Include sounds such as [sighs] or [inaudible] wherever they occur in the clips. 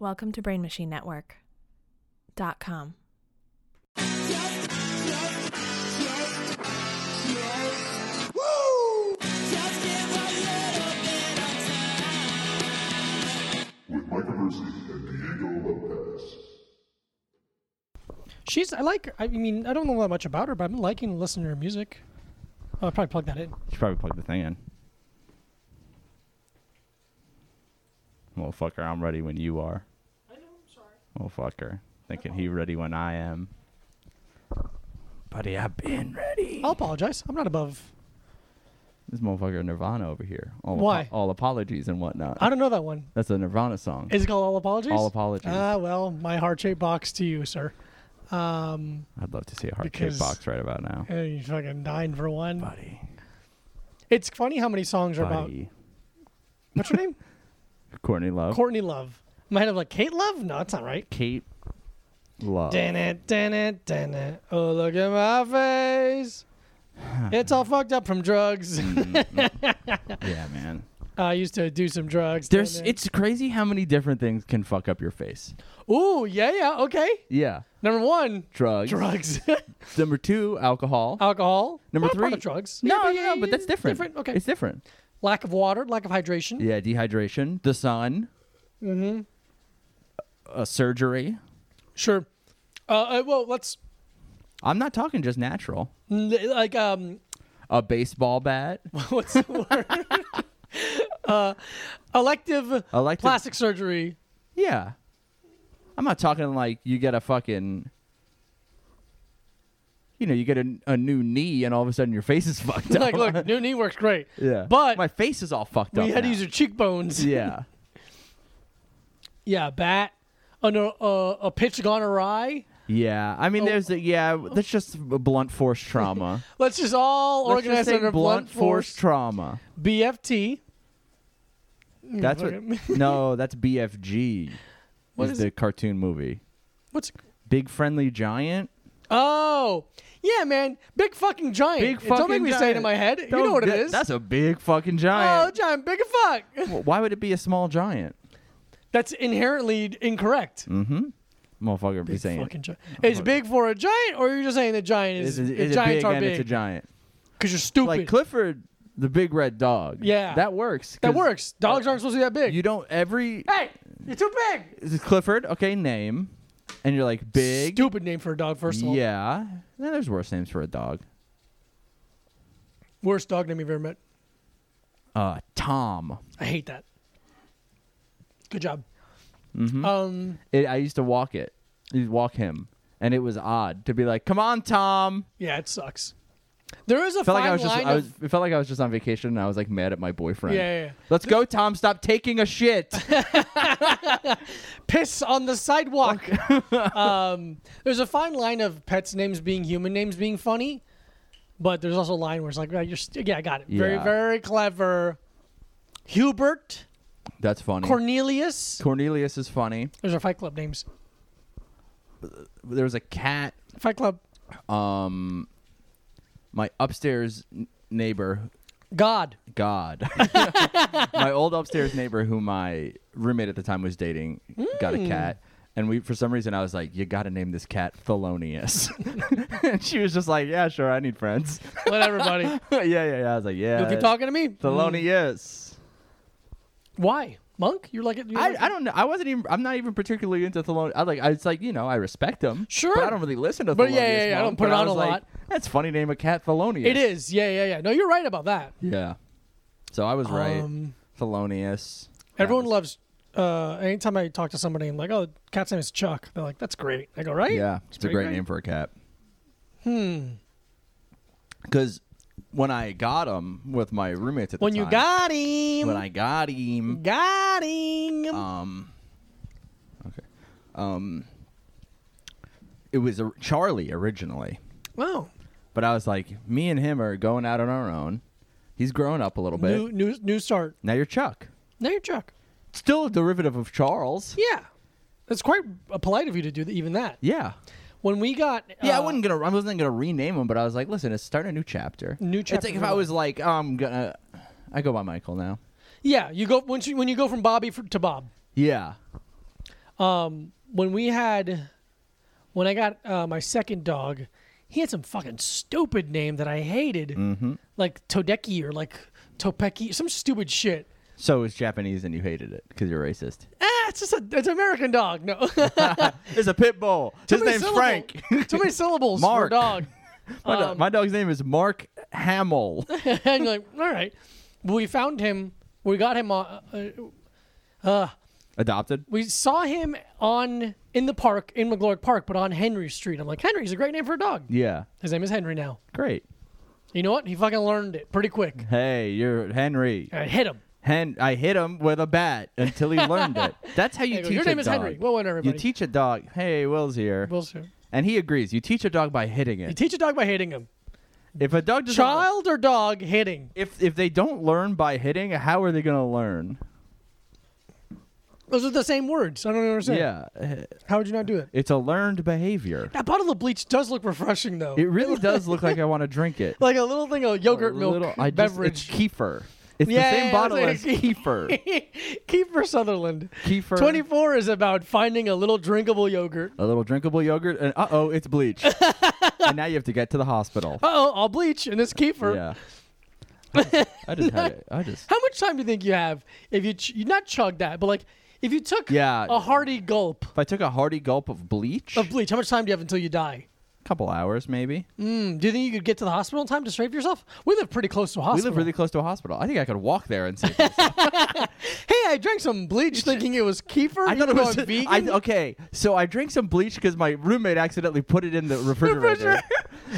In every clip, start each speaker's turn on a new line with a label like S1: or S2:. S1: Welcome to Brain Machine Network. Dot com.
S2: with Micah Mercy and Diego Lopez.
S3: She's. I like. her. I mean, I don't know that much about her, but I'm liking to listen to her music. Oh, I'll probably plug that in.
S4: Should probably plug the thing in. Well, fucker, I'm ready when you are. I know, I'm sorry. Well, fucker, thinking he ready when I am. Buddy, I've been ready.
S3: I'll apologize. I'm not above.
S4: This motherfucker Nirvana over here. All
S3: Why?
S4: all apologies and whatnot.
S3: I don't know that one.
S4: That's a Nirvana song.
S3: Is it called All Apologies?
S4: All Apologies.
S3: Ah, well, my heart shaped box to you, sir.
S4: I'd love to see a heart shaped
S3: because-
S4: box right about now.
S3: Hey, you fucking dying for one.
S4: Buddy,
S3: It's funny how many songs are about.
S4: buddy.
S3: What's her name?
S4: [laughs] Courtney Love.
S3: Courtney Love. Might have like Kate Love? No, that's not right.
S4: Kate Love.
S3: Dan it, dan it, dan it. Oh, look at my
S4: [sighs]
S3: face. It's all fucked up from drugs.
S4: Hmm. Yeah, man.
S3: [laughs] I used to do some drugs.
S4: There's.
S3: Dun, dun.
S4: It's crazy how many different things can fuck up your face.
S3: Ooh, yeah, yeah, okay.
S4: Yeah.
S3: Number one,
S4: Drugs. [laughs]
S3: drugs, Oh,
S4: Number two, alcohol.
S3: alcohol.
S4: Number
S3: Not part
S4: three-
S3: of drugs.
S4: No,
S3: Yeah,
S4: no, no, but that's different.
S3: Different, okay.
S4: It's different.
S3: lack of water, lack of hydration.
S4: Yeah, dehydration, the sun, mm-hmm. a surgery.
S3: Sure. Uh, uh, well, let's
S4: I'm not talking just natural.
S3: n- like um, [laughs]
S4: A baseball bat,
S3: what's the word? [laughs] uh, elective,
S4: Elective-
S3: plastic
S4: [laughs]
S3: surgery.
S4: yeah. I'm not talking like you get a fucking, you know, you get a, a new knee and all of a sudden your face is [laughs] fucked up.
S3: Like, look, new knee works great.
S4: yeah,
S3: but
S4: my face is all fucked up.
S3: we had to
S4: now.
S3: use your cheekbones.
S4: [laughs] yeah,
S3: Yeah, bat. Oh, no, uh, a pitch gone awry.
S4: yeah. I mean,
S3: Oh.
S4: there's a, yeah. That's just
S3: [laughs]
S4: blunt force trauma.
S3: Let's just all
S4: Let's
S3: organize
S4: just say
S3: under
S4: blunt force trauma.
S3: BFT. Mm,
S4: That's what.
S3: look [laughs]
S4: no, that's BFG.
S3: What
S4: What
S3: is
S4: is the
S3: it?
S4: cartoon movie?
S3: What's
S4: Big Friendly Giant.
S3: Oh, yeah, man. Big fucking giant.
S4: Big fucking.
S3: Don't make me say it in
S4: giant.
S3: my head. You
S4: Don't-
S3: know what it
S4: that-
S3: is.
S4: That's a big fucking
S3: oh,
S4: giant.
S3: giant, big as fuck. [laughs]
S4: Wh- Why would it be a small giant?
S3: That's inherently incorrect.
S4: Motherfucker, be
S3: Big
S4: Mm, saying
S3: fucking giant. It's big for a giant, or you're just saying the giant
S4: it's,
S3: is,
S4: it's,
S3: the
S4: it's a
S3: giants
S4: big
S3: are
S4: and it's a
S3: big
S4: giant.
S3: because you're stupid.
S4: Like Clifford, the big red dog.
S3: Yeah.
S4: that works.
S3: that
S4: 'cause
S3: works. Dogs aren't supposed to be that big.
S4: Oh. You don't every
S3: hey, you're too big.
S4: is it Clifford. Okay, name, and you're like big.
S3: Stupid name for a dog. First of all,
S4: Yeah, Nah, there's worse names for a dog.
S3: worst dog name you've ever met.
S4: Uh, Tom.
S3: I hate that. Good job.
S4: Mm-hmm.
S3: Um,
S4: it, I used to walk it. You'd walk him, and it was odd to be like, "Come on, Tom."
S3: yeah, it sucks. There is a
S4: Felt
S3: fine
S4: like I was just,
S3: line.
S4: I was,
S3: of,
S4: it felt like I was just on vacation, and I was like mad at my boyfriend.
S3: Yeah, yeah, yeah.
S4: Let's go, Tom. Stop taking
S3: [laughs]
S4: a shit.
S3: piss on the sidewalk.
S4: [laughs]
S3: um, there's a fine line of pets' names being human names being funny, but there's also a line where it's like, "Yeah, you're st- yeah, I got it. Very,
S4: Yeah.
S3: very clever. Hubert,
S4: That's funny.
S3: Cornelius.
S4: Cornelius is funny.
S3: Those are Fight Club names.
S4: There was a cat.
S3: Fight Club.
S4: Um, my upstairs n- neighbor,
S3: God.
S4: God, [laughs] my old upstairs neighbor, who my roommate at the time was dating, got a cat. And we, for some reason, I was like, "You got to name this cat Thelonious," [laughs] and she was just like, "Yeah, sure, I need friends." [laughs]
S3: Whatever, buddy.
S4: yeah, yeah, yeah. I was like, yeah.
S3: You'll keep talking to me.
S4: Thelonious.
S3: Why, monk? You're like, you're
S4: I,
S3: like-
S4: I don't know. I wasn't even. I'm not even particularly into Thelonious. I like. I was like, you know, I respect him.
S3: Sure.
S4: But I don't really listen to.
S3: But
S4: Thelonious
S3: yeah, yeah, yeah, I
S4: Monk,
S3: don't put
S4: but
S3: it on
S4: was
S3: a
S4: like,
S3: lot.
S4: That's funny name of cat Thelonious.
S3: It is. Yeah, yeah, yeah. No, you're right about that.
S4: Yeah. So I was right.
S3: Um,
S4: Thelonious.
S3: Everyone
S4: That was-
S3: loves. Uh, anytime I talk to somebody, I'm like, "Oh, the cat's name is Chuck." They're like, "That's great." I go, "Right?"
S4: Yeah, it's, a
S3: pretty
S4: great
S3: great.
S4: name for a cat. Hmm. Because when I got him with my roommates at the
S3: When you
S4: time-
S3: got him,
S4: when I got him,
S3: got him.
S4: Um, okay. Um, it was a, Charlie originally,
S3: wow.
S4: but I was like, me and him are going out on our own. He's grown up a little bit.
S3: New, new, new start.
S4: now you're Chuck.
S3: Now you're Chuck.
S4: Still a derivative of Charles.
S3: Yeah. It's quite uh, polite of you to do th- even that.
S4: Yeah.
S3: When we got.
S4: Yeah, I
S3: uh,
S4: wasn't gonna. I wasn't gonna rename him, but I was like, listen, it's start a new chapter.
S3: New
S4: It's
S3: chapter
S4: like if
S3: for
S4: I
S3: what?
S4: was like, I'm gonna. I go by Michael now.
S3: Yeah, you go once you, when you go from Bobby for, to Bob.
S4: Yeah.
S3: Um, when we had, when I got uh, my second dog, he had some fucking stupid name that I hated,
S4: Mm-hmm.
S3: like Todeki or like Topeki, some stupid shit.
S4: So it was Japanese and you hated it because you're racist.
S3: Ah, it's just a, it's an American dog. No, [laughs]
S4: It's a pit bull.
S3: Too
S4: His
S3: many
S4: name's
S3: syllable- [laughs]
S4: Frank.
S3: Too
S4: [laughs]
S3: many syllables
S4: Mark.
S3: for a dog.
S4: My, do- my dog's name is Mark Hamill. [laughs]
S3: [laughs] and you're like, all right. But we found him. We got him on. Uh,
S4: Adopted.
S3: we saw him on in the park in McLeod Park, but on Henry Street. I'm like, Henry's a great name for a dog.
S4: Yeah.
S3: His name is Henry now.
S4: Great.
S3: You know what? He fucking learned it pretty quick.
S4: Hey, you're Henry.
S3: I hit him.
S4: Hen- I hit him with a bat until he learned
S3: [laughs]
S4: it. That's how you
S3: I go,
S4: teach
S3: "Your
S4: a
S3: name is
S4: dog.
S3: Henry. Well done, everybody."
S4: You teach a dog. Hey, Will's here.
S3: Will Smith.
S4: and he agrees. You teach a dog by hitting
S3: You
S4: it.
S3: teach a dog by hitting him.
S4: if a dog doesn't
S3: Child or dog hitting?
S4: if if they don't learn by hitting, how are they going to learn?
S3: Those are the same words. I don't understand.
S4: Yeah. eh,
S3: How would you not do it?
S4: It's a learned behavior.
S3: That bottle of bleach does look refreshing though.
S4: It
S3: [laughs]
S4: really does look like I want to drink it.
S3: like a little thing of
S4: A
S3: yogurt milk
S4: I just-
S3: beverage. [laughs]
S4: it's kefir. It's
S3: Yeah,
S4: the same
S3: yeah,
S4: bottle
S3: I
S4: as
S3: was like-
S4: kefir.
S3: [laughs] Kiefer Sutherland.
S4: Kefir.
S3: 24 is about finding a little drinkable yogurt.
S4: a little drinkable yogurt, and uh oh, it's bleach.
S3: [laughs]
S4: and now you have to get to the hospital.
S3: Uh oh, I'll bleach in this kefir.
S4: Yeah. I just had it. I just.
S3: How much time do you think you have if you, ch- you not chug that, but like if you took
S4: Yeah.
S3: a hearty gulp
S4: If I took a hearty gulp of bleach,
S3: of bleach, how much time do you have until you die?
S4: a couple hours maybe.
S3: Mm, do you think you could get to the hospital in time to save yourself? We live pretty close to a
S4: We
S3: hospital.
S4: live really close to a hospital. I think I could walk there
S3: [laughs]
S4: and save myself.
S3: Hey, I drank some bleach thinking it was kefir.
S4: [laughs] I thought it
S3: even though
S4: was
S3: I'm vegan.
S4: I, okay, so I drank some bleach because my roommate accidentally put it
S3: [laughs]
S4: in the refrigerator,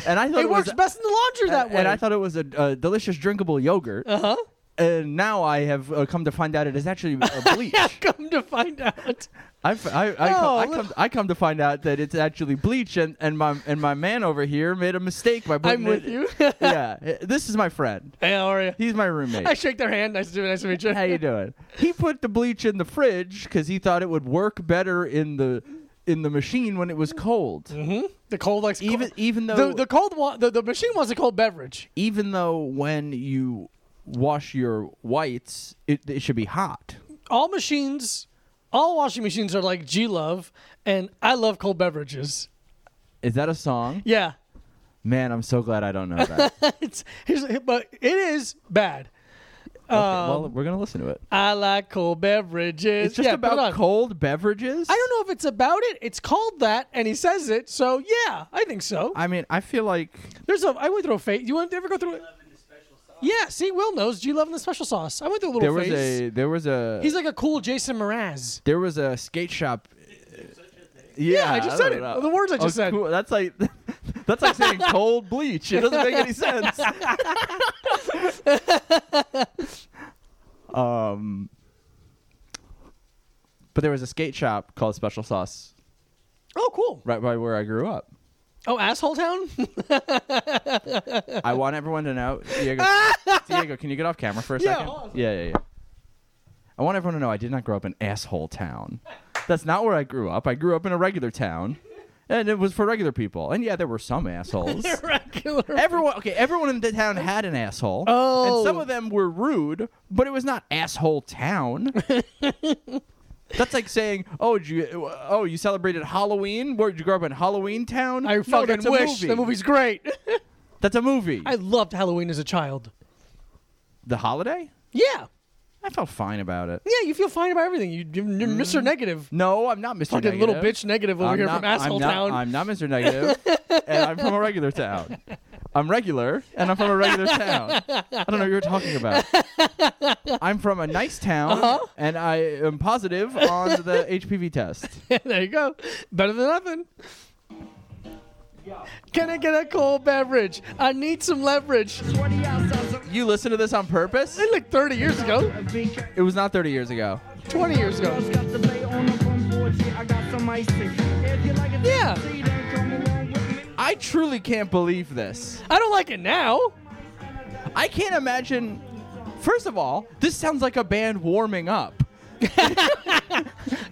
S4: and I thought
S3: it,
S4: it,
S3: works
S4: was,
S3: best in the laundry that
S4: and,
S3: way. [laughs]
S4: and I thought it was a, a delicious drinkable yogurt.
S3: uh huh.
S4: and now I have uh, come to find out it is actually
S3: [laughs]
S4: a bleach.
S3: Come to find out.
S4: I've, I, I,
S3: Oh,
S4: come, I, come, I come to find out that it's actually bleach, and, and my and my man over here made a mistake by
S3: I'm
S4: putting
S3: with
S4: it-
S3: you.
S4: [laughs] yeah, eh, this is my friend.
S3: Hey, how are you?
S4: He's my roommate.
S3: [laughs] I shake their hand. Nice to meet you. Nice to meet you.
S4: How you doing? He put the bleach in the fridge because he thought it would work better in the in the machine when it was cold.
S3: Mm-hmm. Hmm? The cold likes
S4: Even even though
S3: the, the cold wa- the, the machine wants a cold beverage.
S4: even though when you wash your whites, it, it should be hot.
S3: All machines, all washing machines are like G Love, and I love cold beverages.
S4: Is that a song?
S3: Yeah, [laughs]
S4: Man, I'm so glad I don't know that. okay,
S3: it's here's, but it is bad.
S4: well, we're gonna listen to it.
S3: I like cold beverages.
S4: It's just
S3: Um, Yeah, put it
S4: about
S3: on.
S4: cold beverages.
S3: I don't know if it's about it. It's called that, and he says it. So yeah, I think so.
S4: I mean, I feel like
S3: There's a. I went through a phase. You want to ever go through it? Yeah. See, Will knows G Love and the special sauce. I went through a little
S4: there was
S3: phase.
S4: a there was a
S3: He's like a cool Jason Mraz.
S4: there was a skate shop.
S3: Yeah, I just said
S4: don't
S3: it.
S4: know.
S3: The words I just
S4: Oh,
S3: said.
S4: cool. That's like [laughs] that's like saying cold bleach. It doesn't make
S3: [laughs]
S4: any sense. um, but there was a skate shop called Special Sauce
S3: Oh, cool.
S4: right by where I grew up.
S3: Oh, asshole town. [laughs]
S4: I want everyone to know, Diego.
S3: [laughs]
S4: Diego, can you get off camera for a
S3: Yeah,
S4: second?
S3: hold on a
S4: Yeah, yeah, yeah. I want everyone to know I did not grow up in asshole town. That's not where I grew up. I grew up in a regular town, and it was for regular people. And yeah, there were
S3: [laughs]
S4: some assholes.
S3: Regular.
S4: everyone, okay, everyone in the town had an asshole.
S3: Oh.
S4: and some of them were rude, but it was not asshole
S3: [laughs]
S4: town. That's like saying, "Oh, did you, oh, you celebrated Halloween? Where did you grow up in Halloween town?
S3: I
S4: No,
S3: fucking
S4: that's a
S3: wish the movie's great. [laughs]
S4: That's a movie.
S3: I loved Halloween as a child.
S4: the holiday."
S3: Yeah.
S4: I felt fine about it.
S3: Yeah, you feel fine about everything. You, you're Mr. Negative.
S4: No, I'm not Mr.
S3: Fucking
S4: Mm-hmm. Negative.
S3: little bitch negative over
S4: I'm
S3: here
S4: not-
S3: from asshole
S4: I'm not,
S3: town.
S4: I'm not Mr. Negative, and I'm from a regular town. I'm regular, and I'm from a regular town. I don't know what you're talking about. I'm from a nice town,
S3: Uh-huh.
S4: and I am positive on the HPV test.
S3: [laughs] there you go. Better than nothing. Can I get a cold beverage? I need some leverage.
S4: You listen to this on purpose?
S3: It's like 30 years ago,
S4: It was not 30 years ago.
S3: 20 years ago. Yeah.
S4: I truly can't believe this.
S3: I don't like it now.
S4: I can't imagine. First of all, this sounds like a band warming up.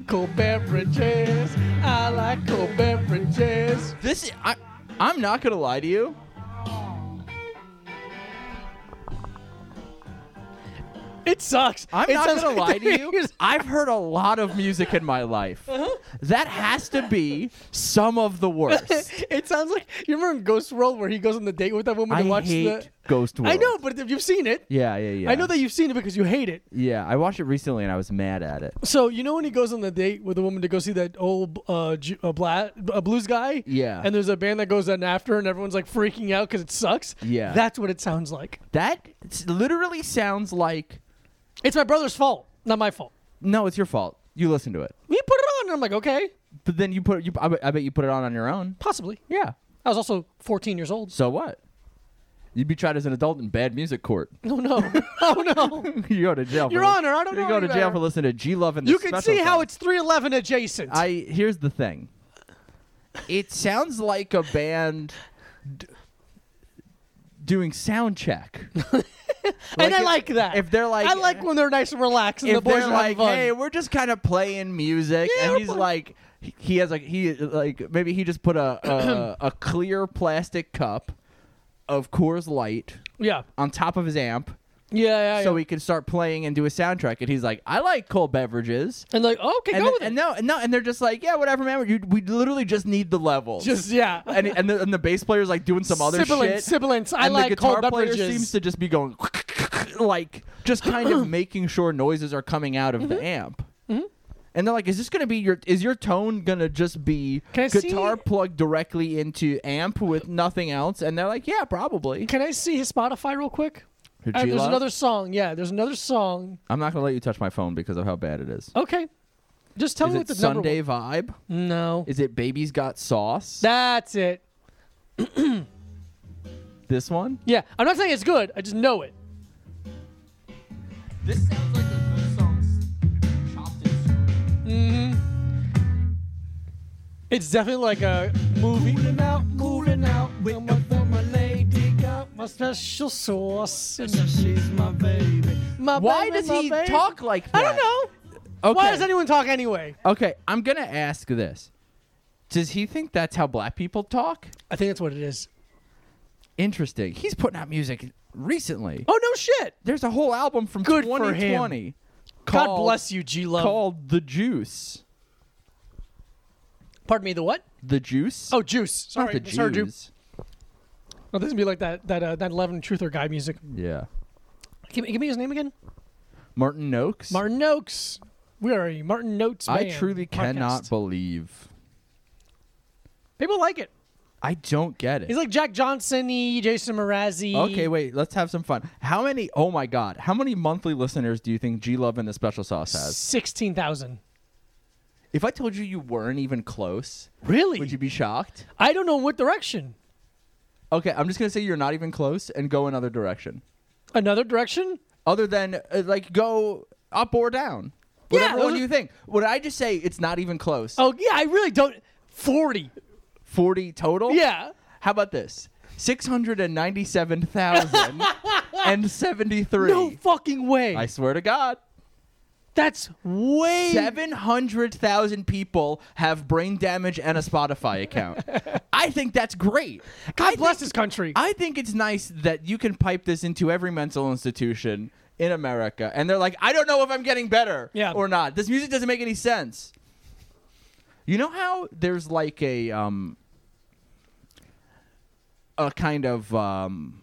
S3: Cold beverages. I like cold beverages.
S4: This I I'm not gonna lie to you.
S3: It sucks.
S4: I'm
S3: It
S4: not
S3: sounds
S4: gonna
S3: like
S4: lie to
S3: the Uh-huh.
S4: you.
S3: biggest-
S4: I've heard a lot of music in my life. That has to be some of
S3: [laughs]
S4: the worst.
S3: [laughs] It sounds like you remember in Ghost World where he goes on the date with that woman
S4: I
S3: to watch
S4: hate
S3: the
S4: Ghost World.
S3: I know, but if you've seen it,
S4: Yeah, yeah, yeah.
S3: I know that you've seen it because you hate it.
S4: Yeah, I watched it recently and I was mad at it.
S3: So you know when he goes on the date with a woman to go see that old uh, Ju- uh bla- uh, blues guy?
S4: Yeah.
S3: And there's a band that goes on after, and everyone's like freaking out because it sucks.
S4: Yeah.
S3: That's what it sounds like.
S4: That s- literally sounds like
S3: It's my brother's fault, not my fault.
S4: no, it's your fault. You listen to it,
S3: He put it on, and I'm like, okay,
S4: but then you put you. I bet- I bet you put it on on your own.
S3: possibly.
S4: Yeah.
S3: I was also 14 years old.
S4: So what? You'd be tried as an adult in bad music court. [laughs]
S3: No, no, [laughs] oh no.
S4: you go to jail. for
S3: Your
S4: li-
S3: Honor, I don't
S4: you
S3: know
S4: go
S3: any
S4: to jail
S3: better.
S4: for listening to G Love and the
S3: You can
S4: Special
S3: see how it's
S4: Songs.
S3: 311 adjacent.
S4: I here's the thing. It sounds like a band d- doing
S3: [laughs]
S4: sound check.
S3: and I
S4: if-
S3: like that.
S4: if they're like-
S3: I like when they're nice and relaxed, and
S4: if
S3: the boys
S4: they're
S3: are
S4: like,
S3: having fun.
S4: "Hey, we're just kind of playing music,"
S3: Yeah,
S4: and
S3: we're
S4: he's
S3: playing-
S4: like, he- he has like he like maybe he just put a
S3: [clears throat]
S4: a, a clear plastic cup of Coors Light
S3: yeah,
S4: on top of his amp.
S3: yeah, yeah.
S4: So
S3: yeah.
S4: he could start playing and do a soundtrack, and he's like, "I like cold beverages,"
S3: and like, "Oh, okay,
S4: and,
S3: go
S4: then-
S3: with
S4: and
S3: it.
S4: no, and no, and they're just like, "Yeah, whatever, man. You, we literally just need the levels."
S3: Just yeah.
S4: and and the, and the bass player's like doing some other
S3: Sibilance,
S4: shit.
S3: sibilance. I
S4: and
S3: like
S4: the guitar
S3: cold
S4: player
S3: beverages.
S4: seems to just be going [laughs] like just kind
S3: [clears throat]
S4: of making sure noises are coming out of the
S3: Mm-hmm.
S4: amp. And they're like, "Is this gonna be your? Is your tone gonna just be
S3: Can I
S4: guitar
S3: see-
S4: plugged directly into amp with nothing else?" And they're like, "Yeah, probably."
S3: Can I see his Spotify real quick?
S4: Did
S3: Uh,
S4: you
S3: there's
S4: love-
S3: another song. Yeah, there's another song.
S4: I'm not gonna let you touch my phone because of how bad it is.
S3: Okay, just tell
S4: is
S3: me
S4: it
S3: what Oh, the
S4: Sunday vibe?
S3: number. No,
S4: Is it Baby's Got Sauce?
S3: that's it.
S4: this one?
S3: Yeah, I'm not saying it's good. I just know it.
S4: This sounds like a good song chopped and screwed.
S3: Mm-hmm. It's definitely like a movie. Moving out, moving out with my, with my lady. Got my special sauce. And she's my baby. My
S4: Why
S3: baby,
S4: does
S3: my
S4: he
S3: baby.
S4: talk like that?
S3: I don't know.
S4: know. Okay.
S3: Why does anyone talk anyway?
S4: okay, I'm gonna ask this. Does he think that's how black people talk?
S3: I think that's what it is.
S4: Interesting. He's putting out music recently.
S3: Oh, no shit.
S4: There's a whole album from
S3: Good for him.
S4: 2020
S3: God
S4: called-
S3: bless you, G Love.
S4: called The Juice.
S3: Pardon me, the what?
S4: The Juice?
S3: Oh, Juice.
S4: not
S3: Sorry,
S4: the
S3: misheard you.
S4: Juice.
S3: Oh, this would be like that that uh, that Eleven Truther guy music.
S4: Yeah.
S3: Give me, give me his name again.
S4: Martin Oakes.
S3: Martin Noakes. We are a Martin Noakes.
S4: I
S3: band
S4: truly cannot
S3: podcast.
S4: believe.
S3: People like it.
S4: I don't get it.
S3: He's like Jack Johnson, Jason Mrazzi.
S4: Okay, wait. Let's have some fun. How many? Oh my God! How many monthly listeners do you think G Love and the Special Sauce has?
S3: sixteen thousand.
S4: If I told you you weren't even close,
S3: Really?
S4: would you be shocked?
S3: I don't know what direction.
S4: Okay, I'm just gonna say you're not even close and go another direction,
S3: Another direction?
S4: other than uh, like go up or down.
S3: Yeah,
S4: Whatever one
S3: those-
S4: you think. Would I just say it's not even close?
S3: Oh yeah, I really don't. Forty.
S4: Forty total.
S3: Yeah.
S4: How about this? Six hundred and ninety-seven thousand and
S3: [laughs]
S4: seventy-three.
S3: No fucking way.
S4: I swear to God.
S3: That's way.
S4: 700,000 people have brain damage and a Spotify account.
S3: [laughs]
S4: I think that's great. I
S3: God
S4: think-
S3: bless this country.
S4: I think it's nice that you can pipe this into every mental institution in America. And they're like, I don't know if I'm getting better
S3: Yeah.
S4: or not. This music doesn't make any sense. You know how there's like a um a kind of um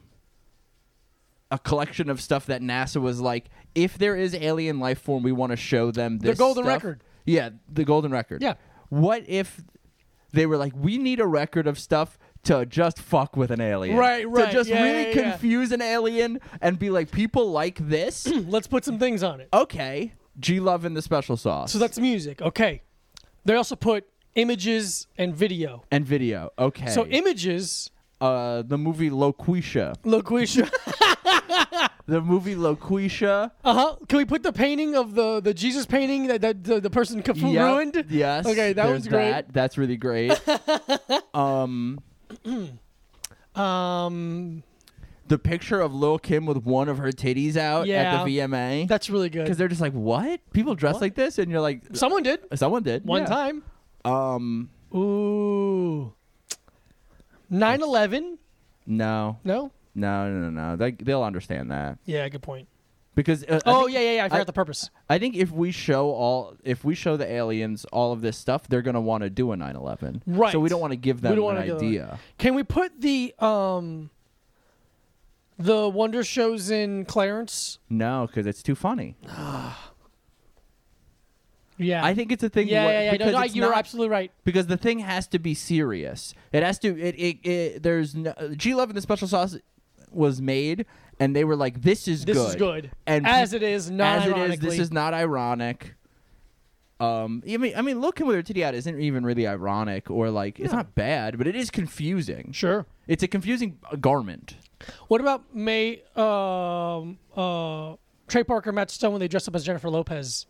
S4: a collection of stuff that NASA was like, if there is alien life form, we want to show them this
S3: golden
S4: stuff.
S3: record.
S4: Yeah, the golden record.
S3: Yeah.
S4: What if they were like, we need a record of stuff to just fuck with an alien,
S3: Right, right.
S4: To just
S3: Yeah,
S4: really
S3: yeah, yeah.
S4: confuse an alien and be like, people like
S3: [clears throat]
S4: this.
S3: Let's put some things on it.
S4: Oh. okay, G Love and the special sauce.
S3: So that's music. Okay. They also put images and video.
S4: and video. Okay,
S3: So images,
S4: uh, the movie Loquisha,
S3: Loquisha.
S4: [laughs] the movie Loquisha.
S3: Uh huh. Can we put the painting of the the Jesus painting that, that the, the person Kafu
S4: Yep,
S3: [laughs] ruined?
S4: Yes.
S3: Okay, that
S4: there's
S3: one's great.
S4: that. That's
S3: [laughs]
S4: really great. um,
S3: Um,
S4: the picture of Lil Kim with one of her titties out
S3: Yeah.
S4: at the VMA.
S3: that's really
S4: because
S3: good.
S4: they're just like, what? People dress like this, and you're like,
S3: Someone did
S4: someone did
S3: one
S4: Yeah.
S3: time.
S4: Um,
S3: Ooh. 9/11?
S4: no,
S3: No.
S4: No, no, no, no. They, they'll understand that.
S3: Yeah. Good point.
S4: because uh, I
S3: Oh
S4: think-
S3: yeah, yeah, yeah. I forgot
S4: I-
S3: the purpose.
S4: I think if we show all, if we show the aliens all of this stuff, they're gonna want to do a 9/11.
S3: Right.
S4: So we don't want to give them
S3: We don't
S4: an
S3: wanna go-
S4: idea.
S3: Can we put the um the wonder shows in Clarence?
S4: No, because it's too funny.
S3: Yeah.
S4: I think it's a thing.
S3: yeah,
S4: wha-
S3: yeah, yeah. No,
S4: Because
S3: no,
S4: it's
S3: you're
S4: not-
S3: absolutely right.
S4: because the thing has to be serious. It has to. It. it, it there's no, G Love and the Special Sauce was made, and they were like, "This is
S3: This
S4: good.
S3: is good.
S4: And
S3: as
S4: pe-
S3: it is, not
S4: as it is, this
S3: ironically.
S4: is not ironic. Um, I mean, I mean, looking with her titty out isn't even really ironic or like it's not bad, but it is confusing.
S3: sure.
S4: It's a confusing uh, garment.
S3: What about May um uh Trey Parker and Matt Stone when they dress up as Jennifer Lopez?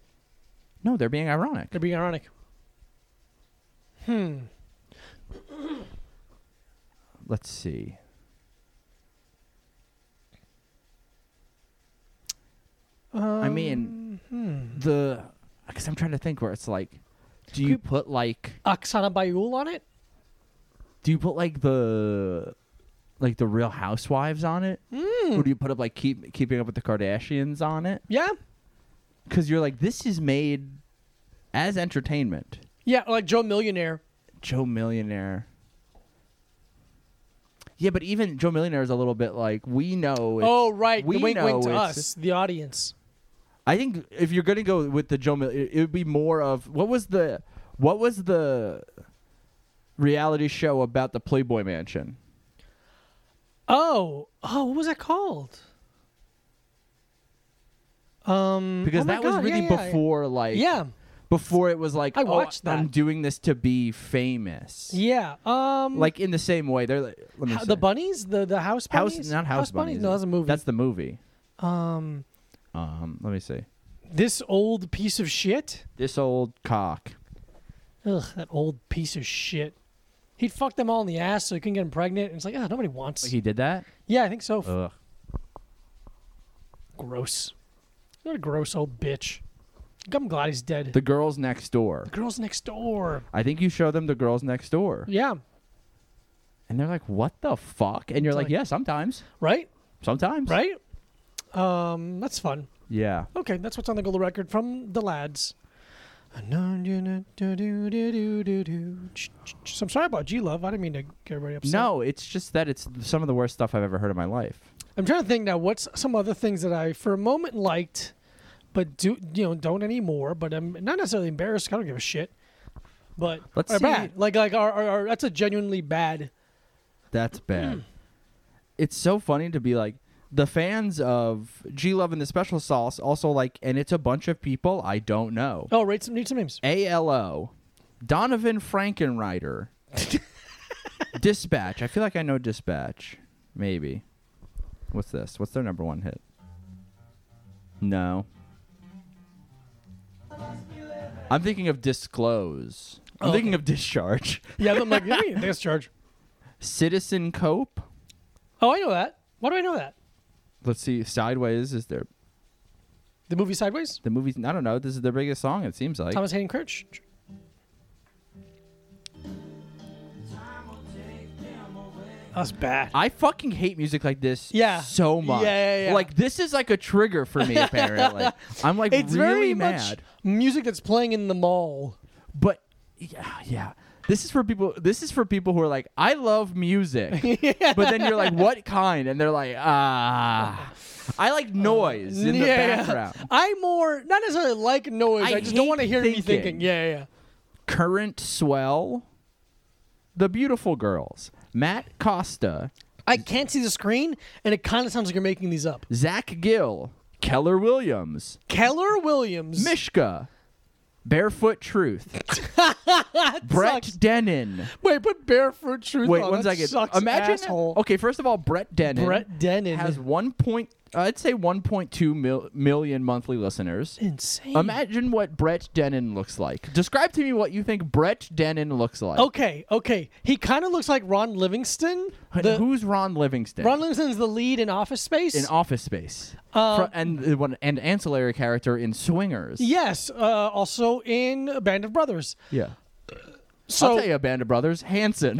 S4: No, they're being ironic.
S3: They're being ironic.
S4: Let's see. I mean, the because I'm trying to think where it's like, do you put like
S3: Oksana Bayul on it?
S4: do you put like the like the Real Housewives on it, or do you put up like keep keeping up with the Kardashians on it?
S3: Yeah.
S4: Because you're like, this is made as entertainment.
S3: Yeah, like Joe Millionaire.
S4: Joe Millionaire. Yeah, but even Joe Millionaire is a little bit like we know. It's,
S3: oh right.
S4: we
S3: the wink
S4: know
S3: wink to
S4: it's-
S3: us, the audience.
S4: I think if you're gonna go with the Joe, Mill, it it would be more of what was the what was the reality show about the Playboy Mansion?
S3: Oh, oh, what was that called? Um,
S4: Because
S3: oh my
S4: that was
S3: God, yeah,
S4: really
S3: yeah, yeah.
S4: before like
S3: Yeah,
S4: before it was like
S3: I
S4: oh,
S3: watched
S4: I'm
S3: that.
S4: doing this to be famous.
S3: yeah. Um,
S4: Like in the same way, they're like, let me
S3: ho-
S4: see.
S3: the bunnies, the the house
S4: house
S3: bunnies,
S4: not house, bunnies.
S3: No, that's a movie.
S4: That's the movie.
S3: um,
S4: Um, let me see.
S3: this old piece of shit.
S4: This old cock.
S3: Ugh, that old piece of shit. He'd fuck them all in the ass so he couldn't get them pregnant. And it's like, Oh. ah, nobody wants.
S4: He did that.
S3: yeah, I think so.
S4: Ugh.
S3: gross. What a gross old bitch. I'm glad he's dead.
S4: The girls next door.
S3: girls next door.
S4: I think you show them the girls next door,
S3: Yeah,
S4: and they're like, "What the fuck?" And you're like, "Yeah, sometimes,
S3: right,
S4: sometimes,
S3: right. Um, that's fun.
S4: Yeah.
S3: Okay, that's what's on the gold record from the lads. So I'm sorry about G Love. I didn't mean to get everybody upset.
S4: No, it's just that it's some of the worst stuff I've ever heard in my life.
S3: I'm trying to think now. What's some other things that I, for a moment, liked, but do you know don't anymore? But I'm not necessarily embarrassed. I don't give a shit. But
S4: Let's
S3: are
S4: see.
S3: bad. Like like are, are, are- that's a genuinely bad.
S4: That's bad. [clears throat] it's so funny to be like the fans of G Love and the Special Sauce also like, and it's a bunch of people I don't know.
S3: Oh, rate some need some names.
S4: ALO, Donovan Frankenrider, Dispatch. I feel like I know Dispatch. Maybe. What's this? What's their number one hit? No. I'm thinking of Disclose. I'm
S3: Oh,
S4: thinking of Discharge.
S3: Yeah, I'm like
S4: [laughs]
S3: yeah, that's charge.
S4: Citizen Cope.
S3: Oh, I know that. Why do I know that?
S4: Let's see. Sideways is their
S3: The movie Sideways.
S4: the movie's. I don't know. This is their biggest song. It seems like.
S3: Thomas Hayden Church. That's bad.
S4: I fucking hate music like this
S3: Yeah.
S4: so much.
S3: Yeah, yeah, yeah.
S4: Like this is like a trigger for
S3: [laughs]
S4: me apparently. I'm like
S3: It's
S4: really
S3: very much
S4: mad.
S3: music that's playing in the mall.
S4: But yeah, yeah. This is for people this is for people who are like I
S3: [laughs]
S4: love music. But then you're like what kind and they're like ah I
S3: Uh,
S4: like noise in the background.
S3: I more not necessarily like noise.
S4: I
S3: I, just don't
S4: hate
S3: want to hear me
S4: thinking.
S3: thinking. Yeah, yeah, yeah.
S4: Current swell. The beautiful girls. Matt Costa,
S3: I can't see the screen, and it kind of sounds like you're making these up.
S4: Zach Gill, Keller Williams,
S3: Keller Williams.
S4: Mishka,
S3: [laughs]
S4: Barefoot Truth, Brett
S3: sucks.
S4: Denon.
S3: Wait, put Barefoot Truth
S4: Wait,
S3: on.
S4: one
S3: that
S4: second.
S3: Sucks
S4: Imagine.
S3: asshole.
S4: Okay, first of all, Brett Denon.
S3: Brett Denon.
S4: has one point. I'd say 1.2 mil- million monthly listeners.
S3: Insane.
S4: Imagine what Brett Denon looks like. Describe to me what you think Brett Denon looks like.
S3: Okay, okay. He kind of looks like Ron Livingston.
S4: H-
S3: The,
S4: Who's Ron Livingston?
S3: Ron Livingston's the lead in Office Space.
S4: in Office Space,
S3: Uh,
S4: Fro- and the one and ancillary character in Swingers.
S3: yes, uh, also in Band of Brothers.
S4: yeah.
S3: So
S4: I'll tell you, Band of
S3: [laughs]
S4: Brothers, Hanson.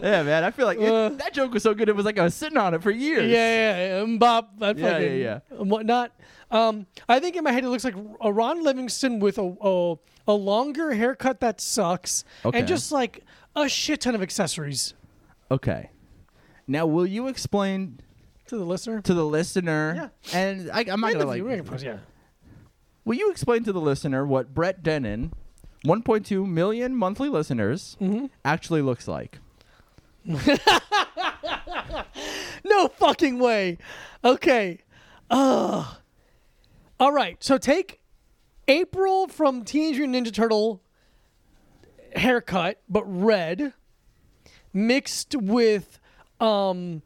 S4: Yeah, man. I feel like it-
S3: Uh.
S4: that joke was so good. It was like I was sitting on it for years.
S3: Yeah, yeah, yeah. Mbop, that
S4: Yeah,
S3: fucking,
S4: yeah,
S3: and whatnot. Um, I think in my head it looks like a Ron Livingston with a a, a longer haircut that sucks,
S4: Okay.
S3: and just like a shit ton of accessories
S4: Okay. Now, will you explain
S3: to the listener.
S4: to the listener? Yeah. And I, I'm not
S3: And the
S4: gonna like.
S3: viewer, I suppose, yeah.
S4: Will you explain to the listener what Brett Denon, 1.2 million monthly listeners,
S3: Mm-hmm.
S4: actually looks like?
S3: No fucking way. Okay. Ugh. All right. So take April from Teenage Mutant Ninja Turtle haircut, but red, mixed with um,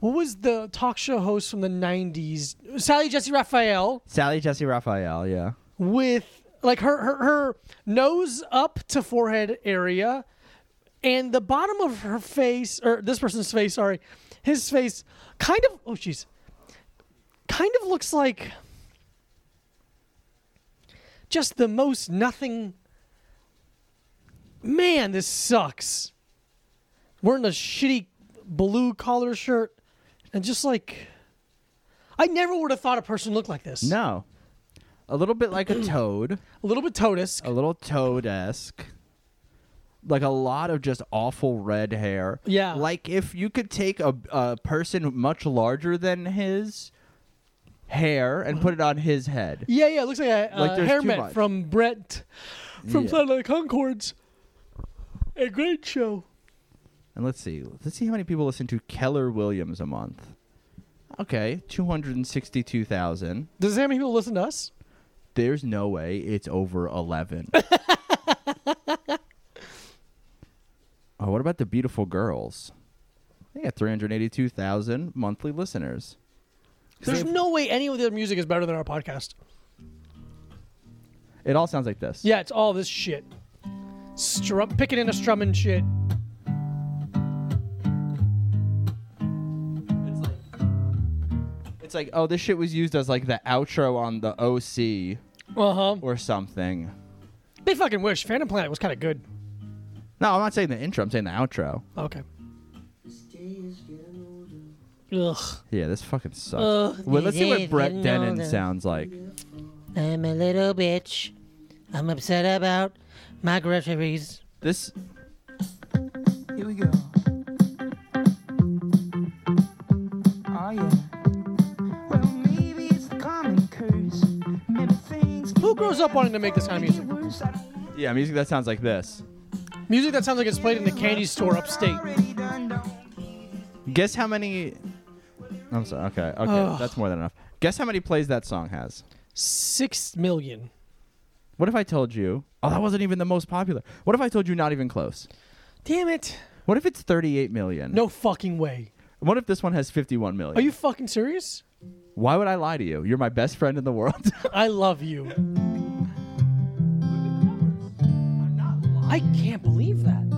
S3: what was the talk show host from the '90s? Sally Jesse Raphael
S4: Sally Jesse Raphael. Yeah.
S3: with like her her, her nose up to forehead area and the bottom of her face or this person's face sorry his face kind of oh jeez kind of looks like just the most nothing man this sucks wearing a shitty blue collar shirt and just like i never would have thought a person looked like this
S4: No. A little bit
S3: [clears throat]
S4: like a toad.
S3: a little bit totus
S4: a little toad esque. Like a lot of just awful red hair.
S3: Yeah.
S4: Like if you could take a, a person much larger than his hair and put it on his head.
S3: Yeah, yeah, it looks like a
S4: Like
S3: uh,
S4: there's
S3: hair
S4: too
S3: met
S4: much.
S3: from Brett from
S4: Yeah.
S3: Planet of the Concords. A great show.
S4: And let's see. Let's see how many people listen to Keller Williams a month. Okay, 262,000.
S3: Does how many people listen to us?
S4: There's no way it's over
S3: [laughs]
S4: 11. oh, what about the beautiful girls? They got 382,000 monthly listeners.
S3: There's no way any of their music is better than our podcast.
S4: It all sounds like this.
S3: Yeah, it's all this shit. Strum, picking in a strumming shit.
S4: It's like, it's like, oh, this shit was used as like the outro on the OC
S3: Uh huh.
S4: or something.
S3: They fucking wish. Phantom Planet was kind of good.
S4: No, I'm not saying the intro. I'm saying the outro.
S3: Okay. Ugh.
S4: Yeah, this fucking sucks.
S3: Uh,
S4: well, let's see what
S5: yeah,
S4: Brett
S5: yeah,
S4: Denon
S5: no, no.
S4: sounds like.
S5: I'm a little bitch. I'm upset about my groceries.
S4: This.
S6: Here we go. Oh yeah. Well, maybe it's the common curse. Maybe things
S3: Who grows up wanting to make this kind of music?
S6: get worse. I
S4: Yeah, music that sounds like this.
S3: Music that sounds like it's played in the candy store upstate.
S6: already done don't
S4: Guess how many. I'm sorry. Okay, okay,
S3: Ugh.
S4: that's more than enough. Guess how many plays that song has.
S3: Six million.
S4: What if I told you? Oh, that wasn't even the most popular. What if I told you not even close?
S3: Damn it.
S4: What if it's 38 million?
S3: No fucking way.
S4: What if this one has 51 million?
S3: Are you fucking serious?
S4: Why would I lie to you? You're my best friend in the world.
S3: I love you. I can't believe that.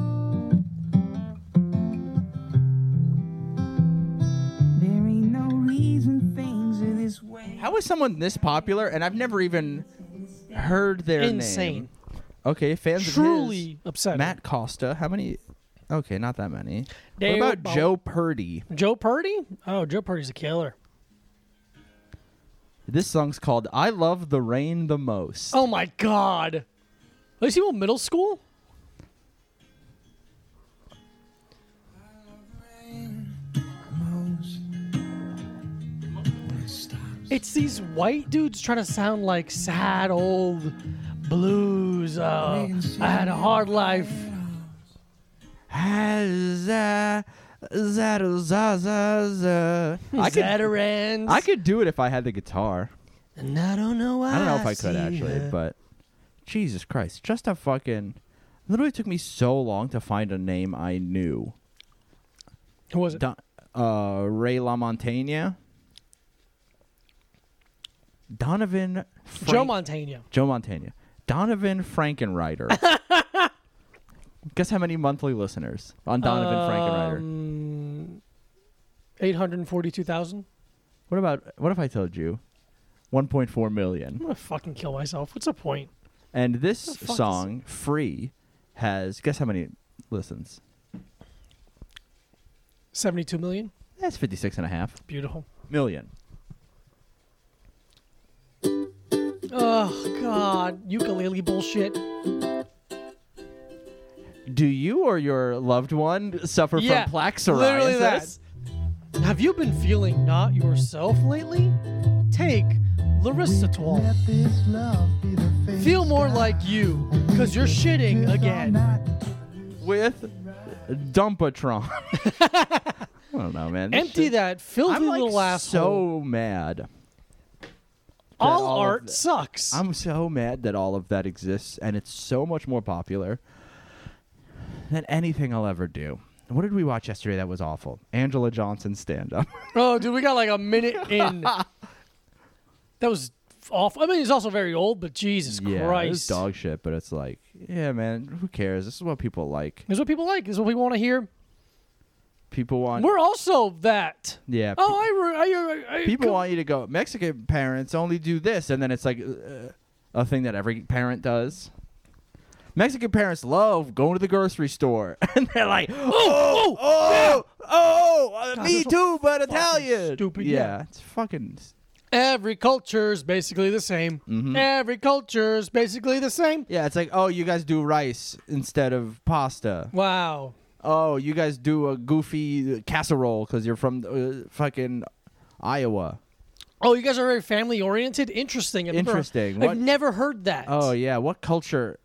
S6: There ain't no reason things are this way.
S4: How is someone this popular and I've never even heard their
S3: Insane.
S4: name? Okay, fans of his.
S3: Truly upsetting.
S4: Matt Costa. How many? Okay, not that many.
S3: Dale
S4: what about
S3: Bow-
S4: Joe Purdy?
S3: Joe Purdy? Oh, Joe Purdy's a killer.
S4: This song's called "I Love the Rain the Most."
S3: Oh my god. Oh, Is he in middle school? It's these white dudes trying to sound like sad old blues. Uh, I had a hard life.
S4: Za- za- za- za- za. I could,
S3: Veterans.
S4: I could do it if I had the guitar.
S5: And I don't know why.
S4: I don't know if I could
S5: see
S4: actually,
S5: her.
S4: but Jesus Christ, just a fucking. Literally took me so long to find a name I knew.
S3: Who was it?
S4: Don, uh, Ray LaMontagne. Donovan. Frank-
S3: Joe Montaigne.
S4: Joe Montana. Donovan
S3: [laughs]
S4: Frankenreiter. Guess how many monthly listeners on Donovan Frankenreiter?
S3: Um, 842,000.
S4: What about what if I told you? 1.4 million.
S3: I'm going to fucking kill myself. What's the point?
S4: And this
S3: fuck is-
S4: song, Free, has guess how many listens?
S3: Seventy-two million.
S4: That's 56 and a half
S3: Beautiful.
S4: million.
S3: Oh God, ukulele bullshit.
S4: Do you or your loved one suffer
S3: Yeah,
S4: from plaque psoriasis?
S3: literally that. Have you been feeling not yourself lately? Take Larissatol. Feel more like you, cause you're shitting again.
S4: With Dumpatron. [laughs] I don't know, man. This
S3: Empty
S4: shit-
S3: that filthy
S4: I'm like
S3: little asshole.
S4: so mad.
S3: all,
S4: all of
S3: art
S4: the-
S3: sucks.
S4: I'm so mad that all of that exists and it's so much more popular than anything I'll ever do. What did we watch yesterday that was awful? Angela Johnson
S3: [laughs]
S4: stand up.
S3: Oh, dude, we got like a
S4: [laughs]
S3: minute in. that was awful. I mean, he's also very old, but Jesus
S4: yeah, it's
S3: Christ.
S4: dog shit, but it's like, yeah, man, who cares? This is what people like.
S3: This is what people like. This is what we want to hear.
S4: People want
S3: We're also that.
S4: Yeah.
S3: Oh, I. re- I, I, I
S4: people
S3: come-
S4: want you to go mexican parents only do this and then it's like uh, a thing that every parent does mexican parents love going to the grocery store [laughs] and they're like [gasps] oh oh oh, oh, uh,
S3: God,
S4: me
S3: that's
S4: too but
S3: fucking
S4: italian
S3: stupid,
S4: yeah,
S3: yeah.
S4: it's fucking
S3: Every culture's basically the same.
S4: Mm-hmm.
S3: Every culture's basically the same.
S4: yeah it's like oh you guys do rice instead of pasta
S3: Wow.
S4: oh you guys do a goofy uh, casserole because you're from uh, fucking iowa
S3: Oh, you guys are very family oriented. Interesting. I've never-
S4: Interesting.
S3: I've
S4: What-
S3: never heard that.
S4: oh yeah what culture